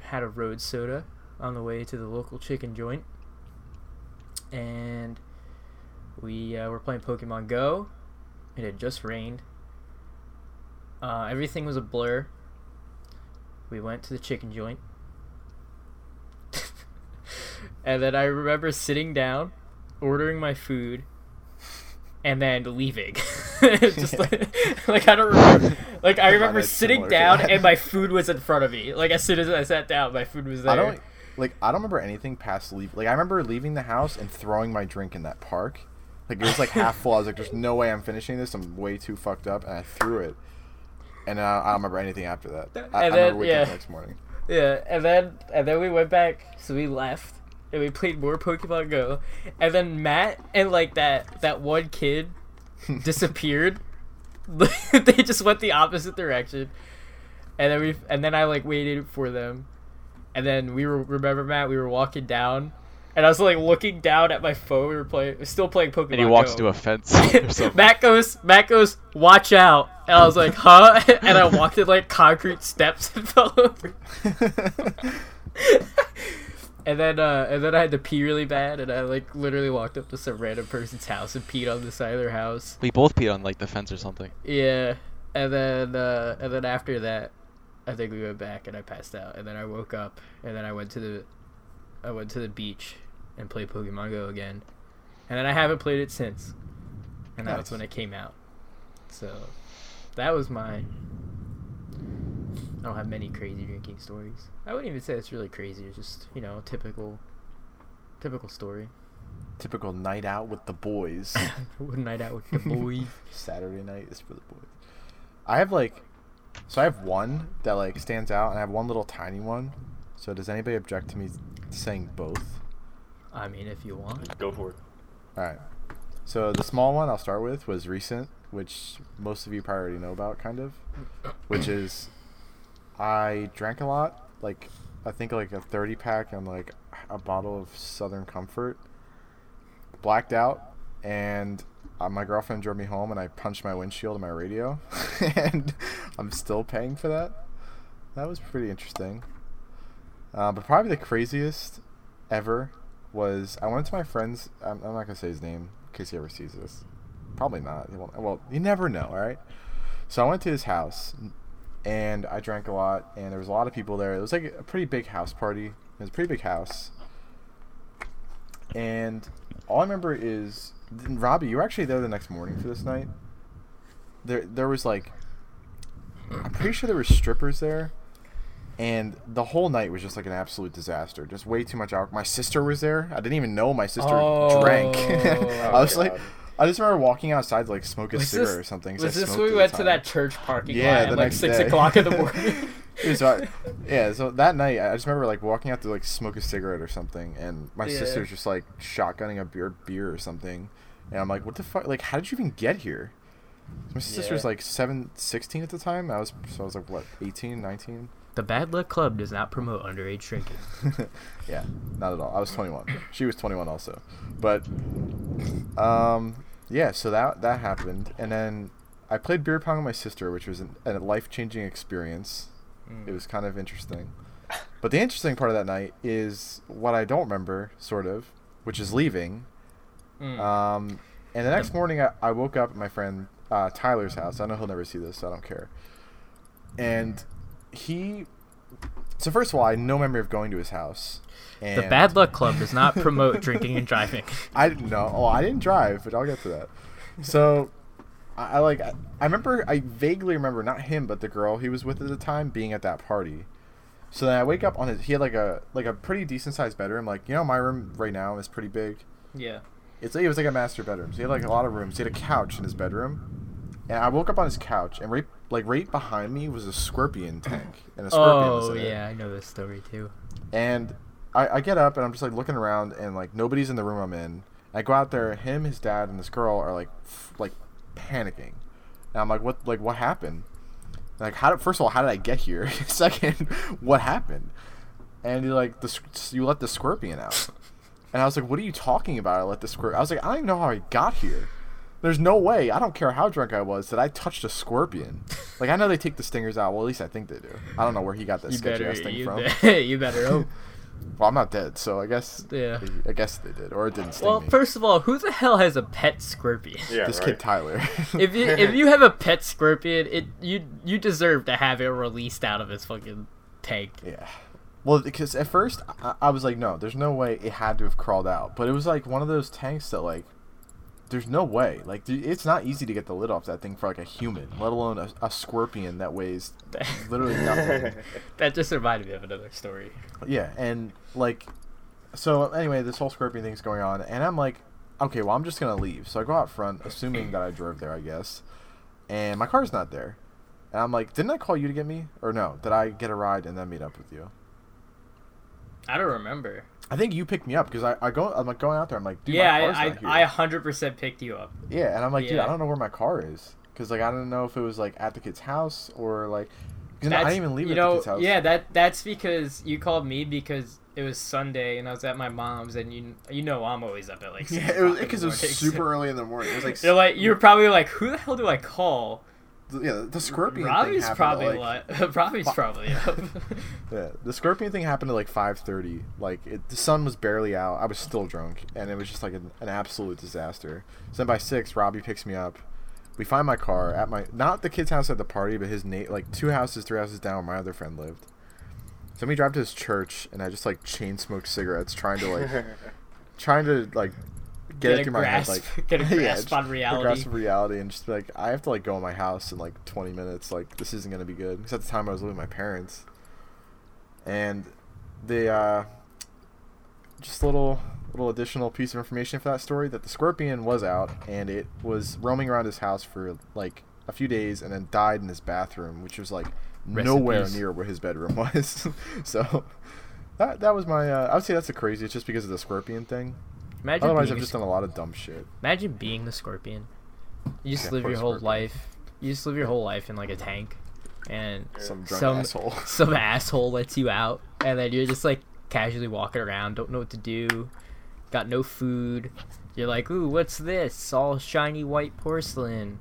B: had a road soda on the way to the local chicken joint, and we uh, were playing Pokemon Go. It had just rained. Uh, everything was a blur. We went to the chicken joint. and then I remember sitting down, ordering my food, and then leaving. Just like, like I don't remember. Like I remember
A: that's
B: sitting
A: similar to
B: down
A: that.
B: and my food was in front of me. Like as soon as I sat down, my food was there.
A: I don't like. I don't remember anything past leave. Like I remember leaving the house and throwing my drink in that park. Like it was like half full. I was like, "There's no way I'm finishing this. I'm way too fucked up," and I threw it. And uh, I don't remember anything after that. I, I
B: And
A: remember
B: then-
A: waking up
B: yeah.
A: next morning.
B: Yeah, and then and then we went back, so we left, and we played more Pokemon Go, and then Matt and like that that one kid disappeared. they just went the opposite direction, and then we and then I like waited for them, and then we were remember Matt we were walking down, and I was like looking down at my phone. We were playing still playing Pokemon.
C: and he walks
B: Go.
C: into a fence or something.
B: Matt goes, Matt goes, watch out. And I was like, huh? And I walked in like concrete steps and fell over. and then, uh, and then I had to pee really bad, and I like literally walked up to some random person's house and peed on the side of their house.
C: we both peed on like the fence or something.
B: Yeah, and then uh, and then after that, I think we went back and I passed out, and then I woke up, and then I went to the, I went to the beach, and played Pokemon Go again, and then I haven't played it since, and that's
A: Nice.
B: when it came out, so, that was mine. I don't have many crazy drinking stories. I wouldn't even say it's really crazy. It's just you know typical, typical story.
A: Typical night out with the boys.
B: One night out with the boys.
A: Saturday night is for the boys. I have like, so I have one that like stands out, and I have one little tiny one. So does anybody object to me saying both?
B: I mean, if you want.
D: Go for it.
A: All right. So the small one I'll start with was recent, which most of you probably already know about, kind of, which is I drank a lot, like I think like a 30 pack and like a bottle of Southern Comfort, blacked out, and uh, my girlfriend drove me home, and I punched my windshield and my radio, and I'm still paying for that. That was pretty interesting. Uh, but probably the craziest ever was I went to my friend's. I'm, I'm not gonna say his name in case he ever sees this. Probably not. He won't, well, you never know. All right. So I went to his house, and I drank a lot, and there was a lot of people there. It was like a pretty big house party. It was a pretty big house. And all I remember is Robbie. You were actually there the next morning for this night. There, there was like, I'm pretty sure there were strippers there and the whole night was just like an absolute disaster. Just way too much alcohol. My sister was there. I didn't even know my sister drank.
B: Oh,
A: I was
D: God.
A: like, I just remember walking outside to like smoke a
B: Was
A: cigarette
B: this-
A: or something. 'cause
B: Was
A: I
B: this
A: smoked
B: when
A: at
B: we
A: the
B: went to
A: time.
B: that church parking
A: Yeah,
B: lot
A: the
B: at like
A: next
B: six
A: day.
B: o'clock in the morning?
A: It was, uh, yeah, so that night I I just remember like walking out to like smoke a cigarette or something, and my
B: Yeah.
A: sister's just like shotgunning a beer, beer or something, and I'm like, what the fuck? Like, how did you even get here? My sister was
B: Yeah.
A: like seven, 16 at the time. I was so I was like what 18, 19?
B: The Bad Luck Club does not promote underage drinking.
A: yeah, not at all. I was 21. She was 21 also. But um yeah, so that that happened and then I played beer pong with my sister, which was an, a life-changing experience.
B: Mm. Hmm.
A: It was kind of interesting. But the interesting part of that night is what I don't remember sort of, which is leaving.
B: Mm. Hmm.
A: Um and the next morning I, I woke up at my friend uh, Tyler's house. I know he'll never see this, so I don't care. And he so first of all, I had no memory of going to his house. And
B: the Bad Luck Club does not promote drinking and driving.
A: I didn't know. Oh, I didn't drive, but I'll get to that. So, I, I like. I, I remember. I vaguely remember not him, but the girl he was with at the time being at that party. So then I wake up on his. He had like a like a pretty decent sized bedroom. Like you know, my room right now is pretty big.
B: Yeah.
A: It's it was like a master bedroom. So he had like a lot of rooms. He had a couch in his bedroom, and I woke up on his couch, and right like right behind me was a scorpion tank, and a scorpion was
B: Oh
A: in it.
B: yeah, I know this story too.
A: And I, I get up and I'm just like looking around and like nobody's in the room I'm in. I go out there. Him, his dad, and this girl are like f- like panicking. And I'm like, what like what happened? Like how did, first of all, how did I get here? Second, what happened? And you're like the sc- you let the scorpion out. And I was like, what are you talking about? I let the scorpion. I was like, I don't even know how I got here. There's no way. I don't care how drunk I was that I touched a scorpion. Like I know they take the stingers out. Well, at least I think they do. I don't know where he got that
B: You
A: sketchy
B: better,
A: ass thing
B: you,
A: from.
B: be- you better hope.
A: Well, I'm not dead, so I guess
B: Yeah.
A: I guess they did, or it didn't sting
B: Well,
A: me.
B: first of all, who the hell has a pet scorpion?
D: Yeah,
A: this
D: right.
A: kid Tyler.
B: If you if you have a pet scorpion, it you you deserve to have it released out of his fucking tank.
A: yeah. Well, because at first I, I was like, no, there's no way it had to have crawled out, but it was like one of those tanks that like, there's no way. Like, dude, it's not easy to get the lid off that thing for like a human, let alone a, a scorpion that weighs literally nothing.
B: That just reminded me of another story.
A: Yeah, and like, so anyway, this whole scorpion thing's going on, and I'm like, okay, well, I'm just gonna leave. So I go out front, assuming that I drove there, I guess, and my car's not there, and I'm like, didn't I call you to get me, or no? Did I get a ride and then meet up with you?
B: I don't remember.
A: I think you picked me up because I, I go I'm like going out there. I'm like, dude,
B: yeah,
A: my car's
B: I
A: not here.
B: I I hundred percent picked you up.
A: Yeah, and I'm like, dude, I
B: Yeah.
A: don't know where my car is because like I don't know if it was like at the kid's house or like. 'cause I didn't even leave it
B: you
A: at
B: know,
A: the kid's house.
B: Yeah, that that's because you called me because it was Sunday and I was at my mom's and you you know I'm always up at like six
A: Yeah, it was
B: o'clock in
A: because
B: the
A: it was
B: morning,
A: super early in the morning. It was like
B: So. You're like you're probably like who the hell do I call?
A: yeah, the scorpion. thing
B: Robbie's
A: happened at,
B: probably
A: like,
B: li- Robbie's probably up.
A: Yeah, the scorpion thing happened at like 5:30. Like it, the sun was barely out. I was still drunk, and it was just like an, an absolute disaster. So then by six, Robbie picks me up, We find my car at my not the kid's house at the party, but his na- like two houses, three houses down where my other friend lived. So we drive to his church, and I just like chain smoked cigarettes, trying to like trying to like get,
B: Get
A: it
B: a
A: through my head, like
B: grasp, get a
A: yeah,
B: grasp
A: just
B: on
A: A
B: reality.
A: grasp of reality, and just be like I have to like go in my house in like 20 minutes. Like this isn't gonna be good. Because at the time I was living with my parents, and the uh, just little little additional piece of information for that story that the scorpion was out and it was roaming around his house for like a few days and then died in his bathroom, which was like
B: Rest in
A: nowhere
B: peace.
A: near where his bedroom was. so. That, that was my. Uh, I would say that's the craziest, just because of the scorpion thing.
B: Imagine
A: Otherwise,
B: being
A: I've
B: a
A: just done a lot of dumb shit.
B: Imagine being the scorpion. You just
A: Yeah,
B: live
A: poor
B: your whole
A: scorpion.
B: life. You just live your whole life in like a tank, and
A: Some drunk
B: some
A: asshole.
B: some asshole lets you out, and then you're just like casually walking around, don't know what to do, got no food. You're like, ooh, what's this? All shiny white porcelain,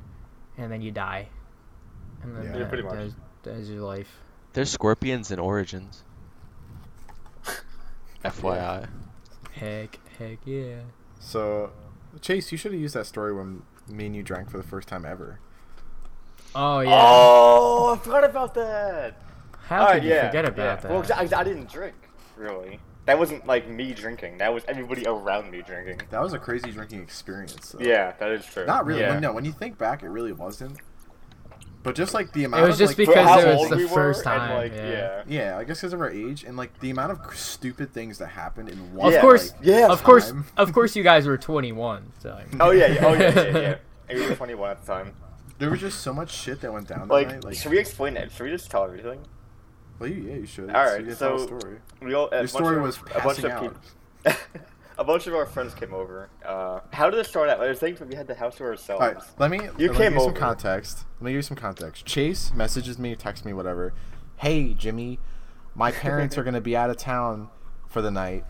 B: and then you die. And then
A: Yeah.
B: that,
A: Yeah,
D: pretty much.
B: That's, that's your life.
C: There's scorpions in Origins. FYI.
B: Heck, heck yeah.
A: So, Chase, you should have used that story when me and you drank for the first time ever.
B: Oh yeah.
D: Oh, I forgot about that.
B: How
D: Alright,
B: could you forget about
D: Uh, yeah.
B: that?
D: Well, 'cause I, I didn't drink really. That wasn't like me drinking. That was everybody around me drinking.
A: That was a crazy drinking experience. Though.
D: Yeah, that is true.
A: Not really.
D: Yeah.
A: When, no, when you think back, it really wasn't. But just like the
B: it
A: amount.
B: was
A: of,
B: just
A: like,
D: For
B: because
D: how
B: it was
D: old
B: the
D: we
B: first
D: were, and,
B: time.
D: like,
B: yeah.
A: Yeah, I guess because of our age and like the amount of stupid things that happened in one.
B: Of
D: Yeah,
B: course,
A: like,
D: yeah,
B: of course,
A: time.
B: of course, you guys were 21. So I mean,
D: Oh yeah, yeah, oh yeah, yeah, yeah. And we were 21 at the time.
A: There was just so much shit that went down that
D: Like,
A: night. Like,
D: should we explain it? Should we just tell everything?
A: well, you, yeah, you should.
D: All
A: So
D: right,
A: you get
D: so-
A: to tell a story.
D: We all, a
A: Your
D: bunch
A: story
D: of-
A: was
D: a bunch
A: passing
D: of
A: out.
D: peop- a bunch of our friends came over. Uh, how did it start out? I think we had the house to ourselves.
A: All right, let me. let me
D: came
A: give you some
D: over.
A: context. Let me give you some context. Chase messages me, texts me, whatever. Hey, Jimmy, my parents are gonna be out of town for the night,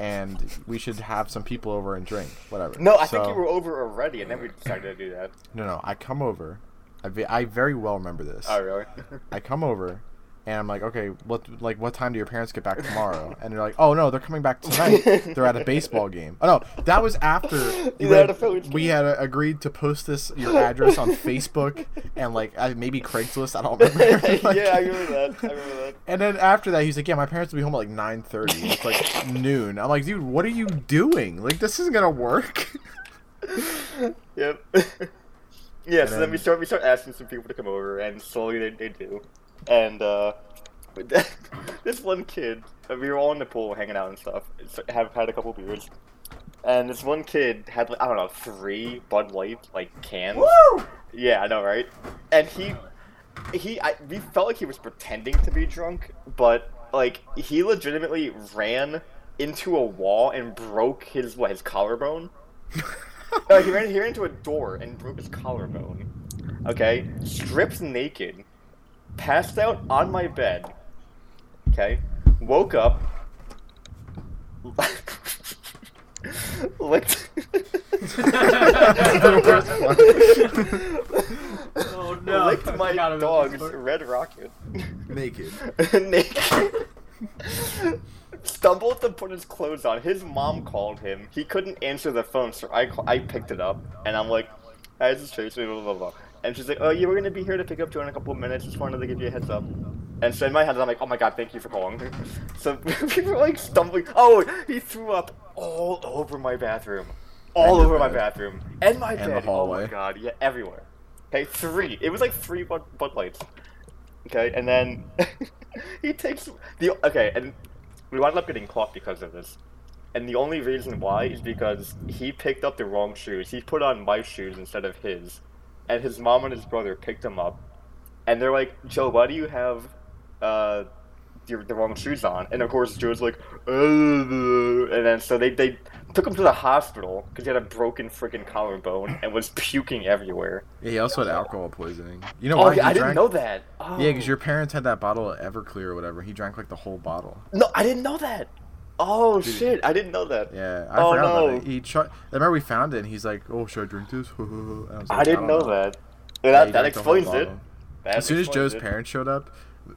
A: and we should have some people over and drink, whatever.
D: No, I think
A: So-
D: you were over already, and then we decided to do that.
A: No, no, I come over. I, ve- I very well remember this.
D: Oh really?
A: I come over, and I'm like, okay, what like what time do your parents get back tomorrow? And they're like, oh no, they're coming back tonight. they're at a baseball game. Oh no, that was after you
D: They're at
A: had-
D: a football
A: we
D: game.
A: had uh, agreed to post this your address on Facebook and like uh, maybe Craigslist. I don't remember. Like-
D: yeah, I remember that. I remember that.
A: And then after that, he's like, "Yeah, my parents will be home at like 9:30. It's like noon." I'm like, "Dude, what are you doing? Like, this isn't gonna work."
D: Yep. yeah, so then
A: then-
D: we start we start asking some people to come over, and slowly they, they do. And uh, this one kid, uh, we were all in the pool hanging out and stuff. so- Have had a couple beers, and this one kid had like I don't know three Bud Light like cans. Yeah, I know, right? And he, he, I, we felt like he was pretending to be drunk, but like he legitimately ran into a wall and broke his what his collarbone. Uh, he ran he ran into a door and broke his collarbone. Okay, stripped naked, passed out on my bed. Okay, woke up, licked.
B: Oh, no. I
D: Licked my
B: forgot about this
D: dog's
B: part.
D: red rocket.
A: Naked.
D: naked. Stumbled to put his clothes on. His mom called him. He couldn't answer the phone, so I ca- I picked it up, and I'm like, "Hi, this is Tracy." Blah blah blah. And she's like, "Oh, you were gonna be here to pick up Joe in a couple of minutes. Just wanted to give you a heads up." And so in my head, I'm like, "Oh my god, thank you for calling." So we were like stumbling. Oh, he threw up all over my bathroom, all
A: And your
D: over my
A: bed.
D: bathroom, and my
A: And the
D: bed. Oh
A: hallway.
D: my god, yeah, everywhere. Okay, three. It was like three Bud, Bud Lights. Okay, and then he takes the okay, and we wound up getting caught because of this. And the only reason why is because he picked up the wrong shoes. He put on my shoes instead of his, and his mom and his brother picked him up, and they're like, "Joe, why do you have uh, the, the wrong shoes on?" And of course, Joe's like, "Uh," and then so they they took him to the hospital because he had a broken freaking collarbone and was puking everywhere.
A: Yeah, he also had alcohol poisoning. You know
D: Oh,
A: why?
D: yeah,
A: he
D: I didn't
A: drank-
D: know that. Oh.
A: Yeah, because your parents had that bottle of Everclear or whatever. He drank like the whole bottle.
D: No, I didn't know that. Oh shit, I didn't know that.
A: Yeah, I
D: Oh,
A: forgot
D: no.
A: about it. He tr- I remember we found it, and he's like, "Oh, should I drink this?" And I, was like,
D: I didn't
A: don't
D: know, that.
A: Yeah,
D: Yeah, that
A: he
D: that
A: drank the whole
D: explains it.
A: bottle.
D: That
A: As soon as
D: explains
A: Joe's
D: it.
A: parents showed up,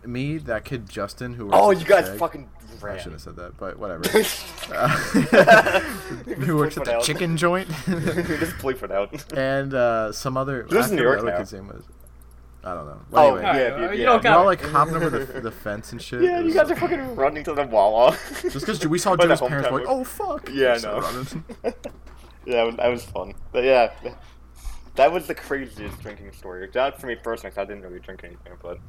A: me, that kid Justin, who works
D: Oh,
A: at
D: you
A: the
D: guys
A: Shag-
D: fucking
A: I
D: ran.
A: shouldn't have said that, but whatever. uh, who works at
D: Bleep it
A: the
D: out.
A: chicken joint,
D: Just bleep it out.
A: and uh, some other.
D: This is
A: I forget
D: New York
A: what the
D: now.
A: kid's name was. I don't know. Well,
D: Oh,
A: anyway,
D: yeah,
B: Alright,
D: dude,
B: Uh, you
D: yeah.
B: don't
D: yeah.
A: we
B: got
A: all
B: it.
A: like hopping over the, the fence and shit. It
D: Yeah, you
A: was
D: guys are
A: so-
D: fucking running to the Wawa.
A: Just because we saw
D: By the
A: Joe's
D: home
A: parents, were like,
D: tablet.
A: oh fuck.
D: Yeah, I
A: So
D: know.
A: running.
D: yeah, that was, that was fun. But yeah, that was the craziest drinking story. Not for me personally, 'cause I didn't really drink anything, but.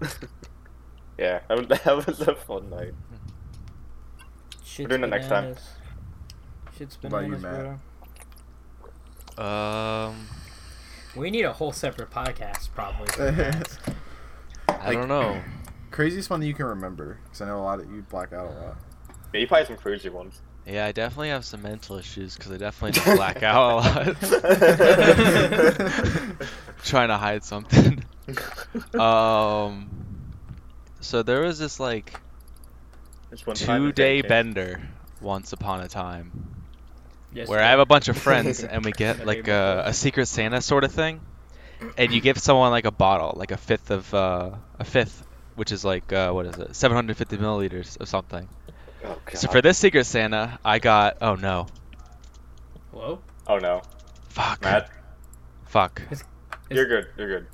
D: Yeah, that was, that was a fun night.
B: Shit's
D: doing it next time.
B: bananas. Shit's
A: What about you,
B: bananas, bro.
A: Matt?
C: Um,
B: We need a whole separate podcast, probably. for that.
C: I
A: Like-
C: don't know.
A: Craziest one that you can remember, because I know a lot of you black out a lot.
D: Yeah, you probably had some crazy ones.
C: Yeah, I definitely have some mental issues because I definitely just black out a lot, trying to hide something. Um, so there was this like
D: Just one time,
C: two-day
D: okay.
C: bender once upon a time
B: Yes,
C: where
B: bro.
C: I have a bunch of friends and we get like uh, a, a secret Santa sort of thing, and you give someone like a bottle, like a fifth of uh, a fifth, which is like uh, what is it, 750 milliliters of something.
D: Oh, God.
C: So for this secret Santa, I got oh no,
B: Hello?
D: Oh no,
C: fuck,
D: Matt,
C: fuck.
D: you're good. You're good.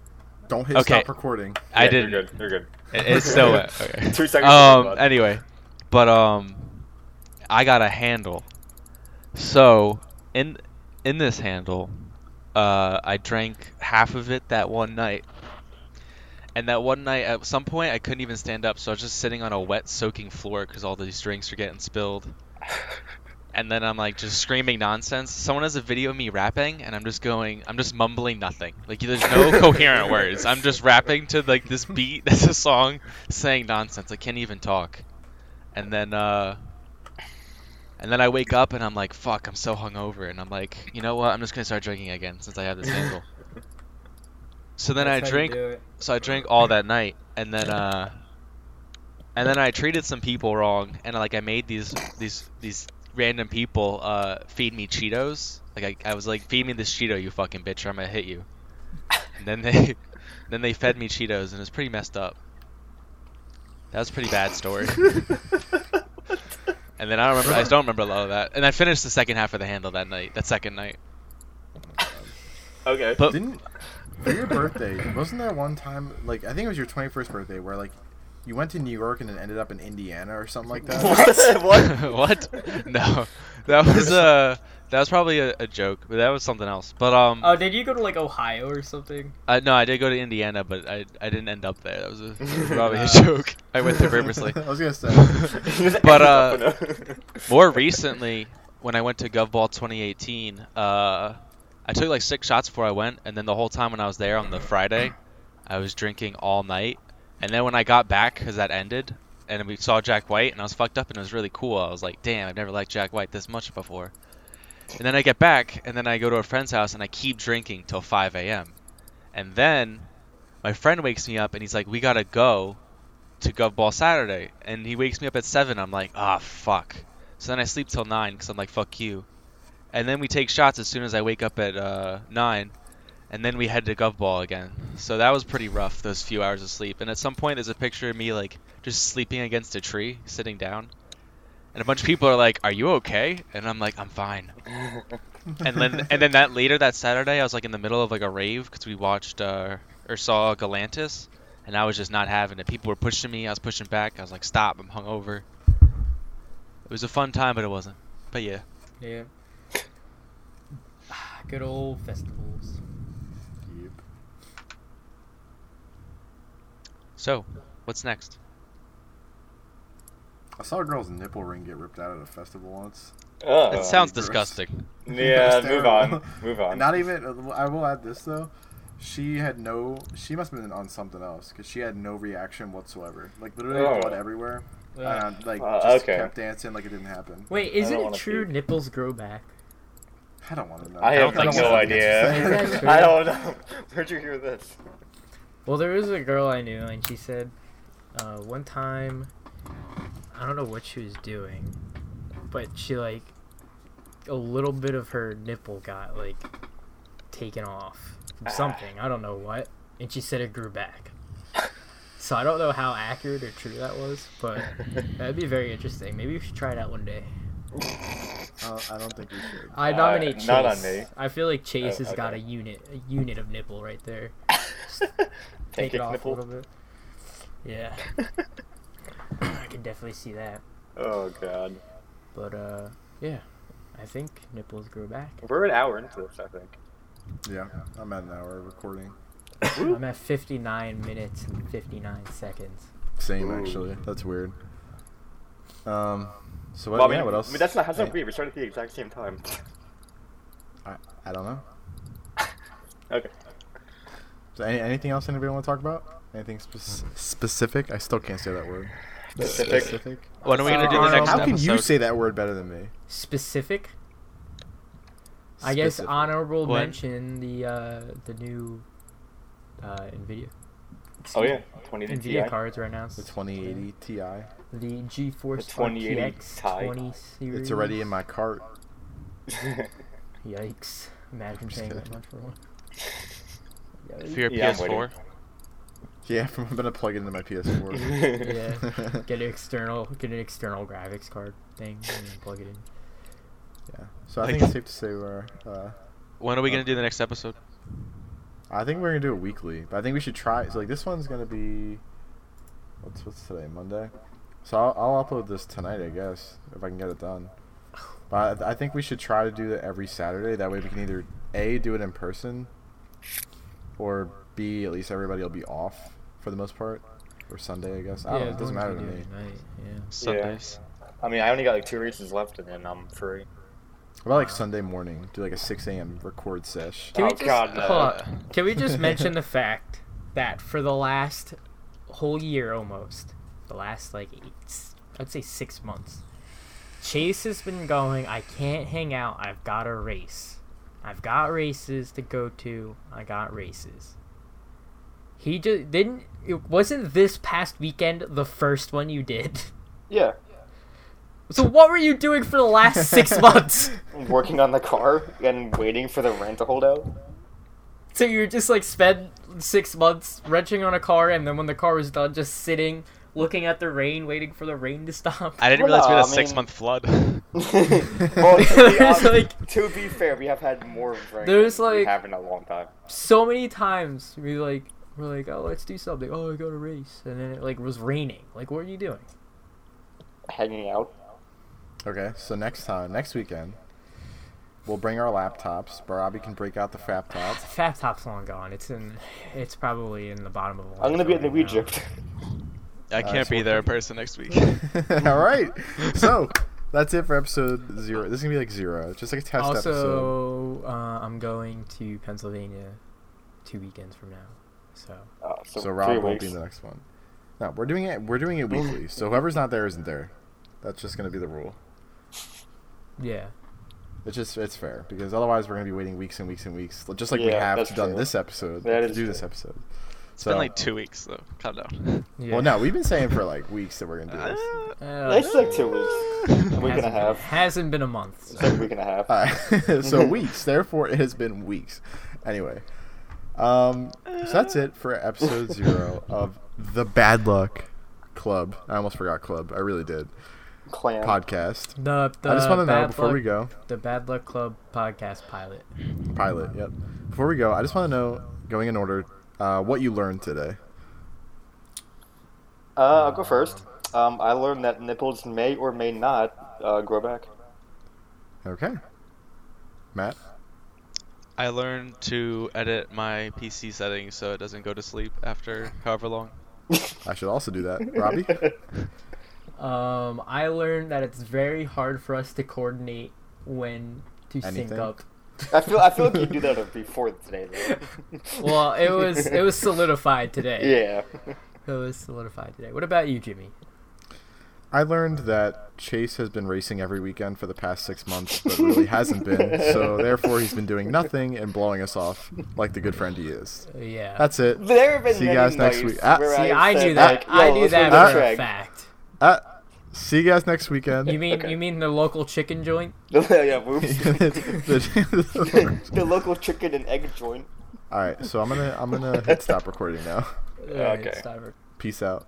A: Don't hit
C: Okay.
A: stop recording.
C: I
D: Yeah,
C: didn't.
D: You're good. You're good.
C: It- It's still wet. Okay.
D: Two seconds
C: Um.
D: left, bud.
C: Anyway, but um, I got a handle. So in in this handle, uh, I drank half of it that one night. And that one night, at some point, I couldn't even stand up, so I was just sitting on a wet, soaking floor because all these drinks were getting spilled. And then I'm like just screaming nonsense. Someone has a video of me rapping, and I'm just going, I'm just mumbling nothing. Like there's no coherent words. I'm just rapping to like this beat that's a song, saying nonsense. I can't even talk. And then, uh, and then I wake up and I'm like, fuck, I'm so hungover. And I'm like, you know what? I'm just gonna start drinking again since I have this handle. So then
B: That's
C: I
B: how you
C: drink
B: do it.
C: so I drank all that night, and then uh, and then I treated some people wrong, and like I made these these these random people uh feed me Cheetos. Like I, I was like, feed me this Cheeto, you fucking bitch, or I'm gonna hit you. And then they then they fed me Cheetos, and it was pretty messed up. That was a pretty bad story. and then I don't remember. I don't remember a lot of that. And I finished the second half of the handle that night. That second night.
D: Okay.
C: But
A: Didn't for your birthday? Wasn't there one time like I think it was your twenty first birthday where like you went to New York and then ended up in Indiana or something like that?
D: what? what?
C: what? No, that was uh, that was probably a, a joke, but that was something else. But um,
B: Oh, did you go to like Ohio or something?
C: I, no, I did go to Indiana, but I I didn't end up there. That was a, probably a
B: Uh.
C: joke. I went there purposely.
A: I was gonna say.
C: But, uh, More recently, when I went to GovBall 2018, uh, I took like six shots before I went, and then the whole time when I was there on the Friday, I was drinking all night. And then when I got back, because that ended, and we saw Jack White, and I was fucked up, and it was really cool. I was like, damn, I've never liked Jack White this much before. And then I get back, and then I go to a friend's house, and I keep drinking till 5 a.m. And then my friend wakes me up, and he's like, we gotta go to GovBall Saturday. And he wakes me up at 7. I'm like, ah, fuck. So then I sleep till 9 because I'm like, fuck you. And then we take shots as soon as I wake up at uh, 9. And then we head to Gov Ball again. So that was pretty rough, those few hours of sleep. And at some point, there's a picture of me, like, just sleeping against a tree, sitting down. And a bunch of people are like, are you okay? And I'm like, I'm fine. and then and then that later that Saturday, I was like in the middle of like a rave because we watched uh, or saw Galantis, and I was just not having it. People were pushing me. I was pushing back. I was like, stop! I'm hungover. It was a fun time, but it wasn't. But yeah,
B: Yeah. Ah, Good old festivals.
C: so what's next?
A: I saw a girl's nipple ring get ripped out at a festival once.
D: uh,
C: That sounds
A: gross.
C: disgusting.
D: Yeah,
A: That's
D: move
A: terrible.
D: on. Move on.
A: Not even. I will add this though. She had no. She must have been on something else because she had no reaction whatsoever. Like literally
D: Oh.
A: blood everywhere.
B: Ugh.
A: Uh, like
D: Uh,
A: just
D: okay.
A: kept dancing like it didn't happen.
B: Wait,
D: I
B: isn't
D: don't
B: it
D: wanna
B: true
D: pee.
B: nipples grow back?
A: I don't want to know.
D: I
C: don't
D: have
C: think
D: no
C: so.
B: Is that
D: idea.
B: true?
D: I don't know. Where'd you hear this?
B: Well, there was a girl I knew, and she said, uh, one time, I don't know what she was doing, but she like a little bit of her nipple got like taken off
D: Ah.
B: from something. I don't know what, and she said it grew back. So I don't
A: Oh,
B: know how accurate or true that was, but that'd be very interesting. Maybe we should try it out one day.
A: Uh, I don't think we should.
B: I
D: Uh,
B: nominate Chase.
D: not on me.
B: I feel like Chase
D: Oh,
B: has got a
D: okay.
B: unit, a unit of nipple right there. Take
D: Take
B: it off a
D: nipple.
B: little bit. Yeah, I can definitely see that.
D: oh god,
B: But uh, yeah, I think nipples grow back.
D: we're an hour into this. I think.
A: Yeah, I'm at an hour of recording.
B: I'm at 59 minutes and 59 seconds.
A: Same
D: Ooh.
A: actually. That's weird. Um. So what?
D: Well, I mean,
A: yeah. What else?
D: I mean, that's not that's
A: I-
D: not weird. We started at the exact same time.
A: I, I don't know.
D: okay.
A: So any, anything else anybody want to talk about? Anything spec- specific? I still can't say that word.
D: Specific.
C: What are we gonna do the
B: Uh,
C: next
A: How
C: episode?
A: can you say that word better than me?
B: Specific? I guess
A: Specific.
B: honorable
C: What?
B: mention the uh the new uh Nvidia
D: Oh yeah, 20 to
B: Nvidia
D: TI.
B: cards were announced.
A: The 2080 Ti.
B: The GeForce
D: The 2080
B: RTX
D: Ti.
B: 20 series.
A: It's already in my cart.
B: Yikes! Imagine
A: Just
B: paying that
A: kidding.
B: much for one.
C: For your
D: Yeah, I'm
C: PS4?
A: Yeah, I'm gonna plug it into my PS4.
B: yeah. Get an external, get an external graphics card thing and then plug it in.
A: Yeah. So I
C: Like-
A: think it's safe to say we're. Uh,
C: When are we gonna do the next episode?
A: I think we're gonna do it weekly, but I think we should try. So like this one's gonna be, what's what's today? Monday. So I'll, I'll upload this tonight, I guess, if I can get it done. But I, I think we should try to do that every Saturday. That way we can either a do it in person, or b at least everybody will be off for the most part, or Sunday, I guess. I don't know. It doesn't matter to me.
C: Sundays.
D: I mean, I only got like two reasons left, and then I'm free.
A: What about like Sunday morning? Do like a 6 a.m. record sesh.
B: Can we
D: Oh,
B: just
D: God, no.
B: hold on. Can we just mention the fact that for the last whole year almost, the last like eight, s- I'd say six months, Chase has been going. I can't hang out. I've got a race. I've got races to go to. I got races. He just didn't. It wasn't this past weekend the first one you did.
D: Yeah,
B: So what were you doing for the last six months?
D: working on the car and waiting for the rent to hold out.
B: So you just like spend six months wrenching on a car, and then when the car was done, just sitting, looking at the rain, waiting for the rain to stop.
C: I didn't
D: Well,
C: realize we
D: no,
C: had a
D: I mean-
C: six month flood.
D: well, to be,
B: There's,
D: honest-
B: like-
D: to be fair, we have had more rain.
B: There's,
D: than we
B: like-
D: have in a long time.
B: So many times we like we're like, oh, let's do something. Oh, I got to race, and then it like was raining. Like, what are you doing?
D: Hanging out.
A: Okay, so next time, next weekend, we'll bring our laptops. Robbie can break out the fap top.
B: Fat Top's long gone. It's in. It's probably in the bottom of. a
D: I'm gonna be
B: landfill
D: at New
B: right now.
D: Egypt.
C: I can't
A: so
C: be
A: we'll
C: there in person next week.
A: All right. So that's it for episode zero. This is gonna be like zero. It's just like a test episode.
B: Also, uh, I'm going to Pennsylvania two weekends from now. So
D: Oh, so,
A: So
D: three
A: Rob won't
D: weeks.
A: be in the next one. No, we're doing it. We're doing it weekly. So whoever's not there isn't there. That's just gonna be the rule.
B: yeah,
A: It's just it's fair because otherwise we're gonna be waiting weeks and weeks and weeks, just like we
D: Yeah,
A: have
D: that's
A: done
D: true.
A: this episode.
D: That
A: to
D: is
A: do this
D: true.
A: episode.
C: It's
A: so
C: been like two weeks though. Calm down.
B: yeah.
A: well, no, we've been saying for like weeks that we're gonna do this.
C: Uh,
B: Uh,
D: It's like two weeks. A week and a
B: hasn't-
D: half.
B: Hasn't been a month.
D: It's like a week and a half.
A: All right. Uh, so weeks. Therefore, it has been weeks. Anyway, um, so that's it for episode zero of the Bad Luck Club. I almost forgot club. I really did.
D: Clan.
A: Podcast.
B: The, the
A: I just want to know
B: Bad
A: before
B: Luck-
A: we go.
B: The Bad Luck Club podcast pilot.
A: Pilot. Yep. Before we go, I just want to know, going in order, uh, what you learned today.
D: Uh, I'll go first. Um, I learned that nipples may or may not uh, grow back.
A: Okay. Matt.
C: I learned to edit my PC settings so it doesn't go to sleep after however long.
A: I should also do that. Robbie.
B: Um, I learned that it's very hard for us to coordinate when to sync
A: Anything?
B: up.
D: I feel I feel like you do that before today. Though.
B: Well, it was it was solidified today.
D: Yeah.
B: It was solidified today. What about you, Jimmy?
A: I learned that Chase has been racing every weekend for the past six months, but really hasn't been. So therefore, he's been doing nothing and blowing us off like the good friend he is.
B: Uh, yeah.
A: That's it.
D: There have been
A: See you
D: many
A: guys next
D: nights
A: week. Ah,
D: where
A: see,
B: See,
D: I've
B: I
D: said,
B: knew that.
D: like,
B: I
D: yo,
B: knew
D: let's go
B: that
D: to
A: the
B: for a
D: Craig.
B: fact.
A: Uh, see you guys next weekend.
B: You mean
D: Okay.
B: you mean the local chicken joint?
D: yeah, whoops.
A: The-
D: the local chicken and egg joint.
A: All right, so I'm gonna I'm gonna hit stop recording now.
B: Alright,
D: Okay.
B: stop it.
A: Peace out.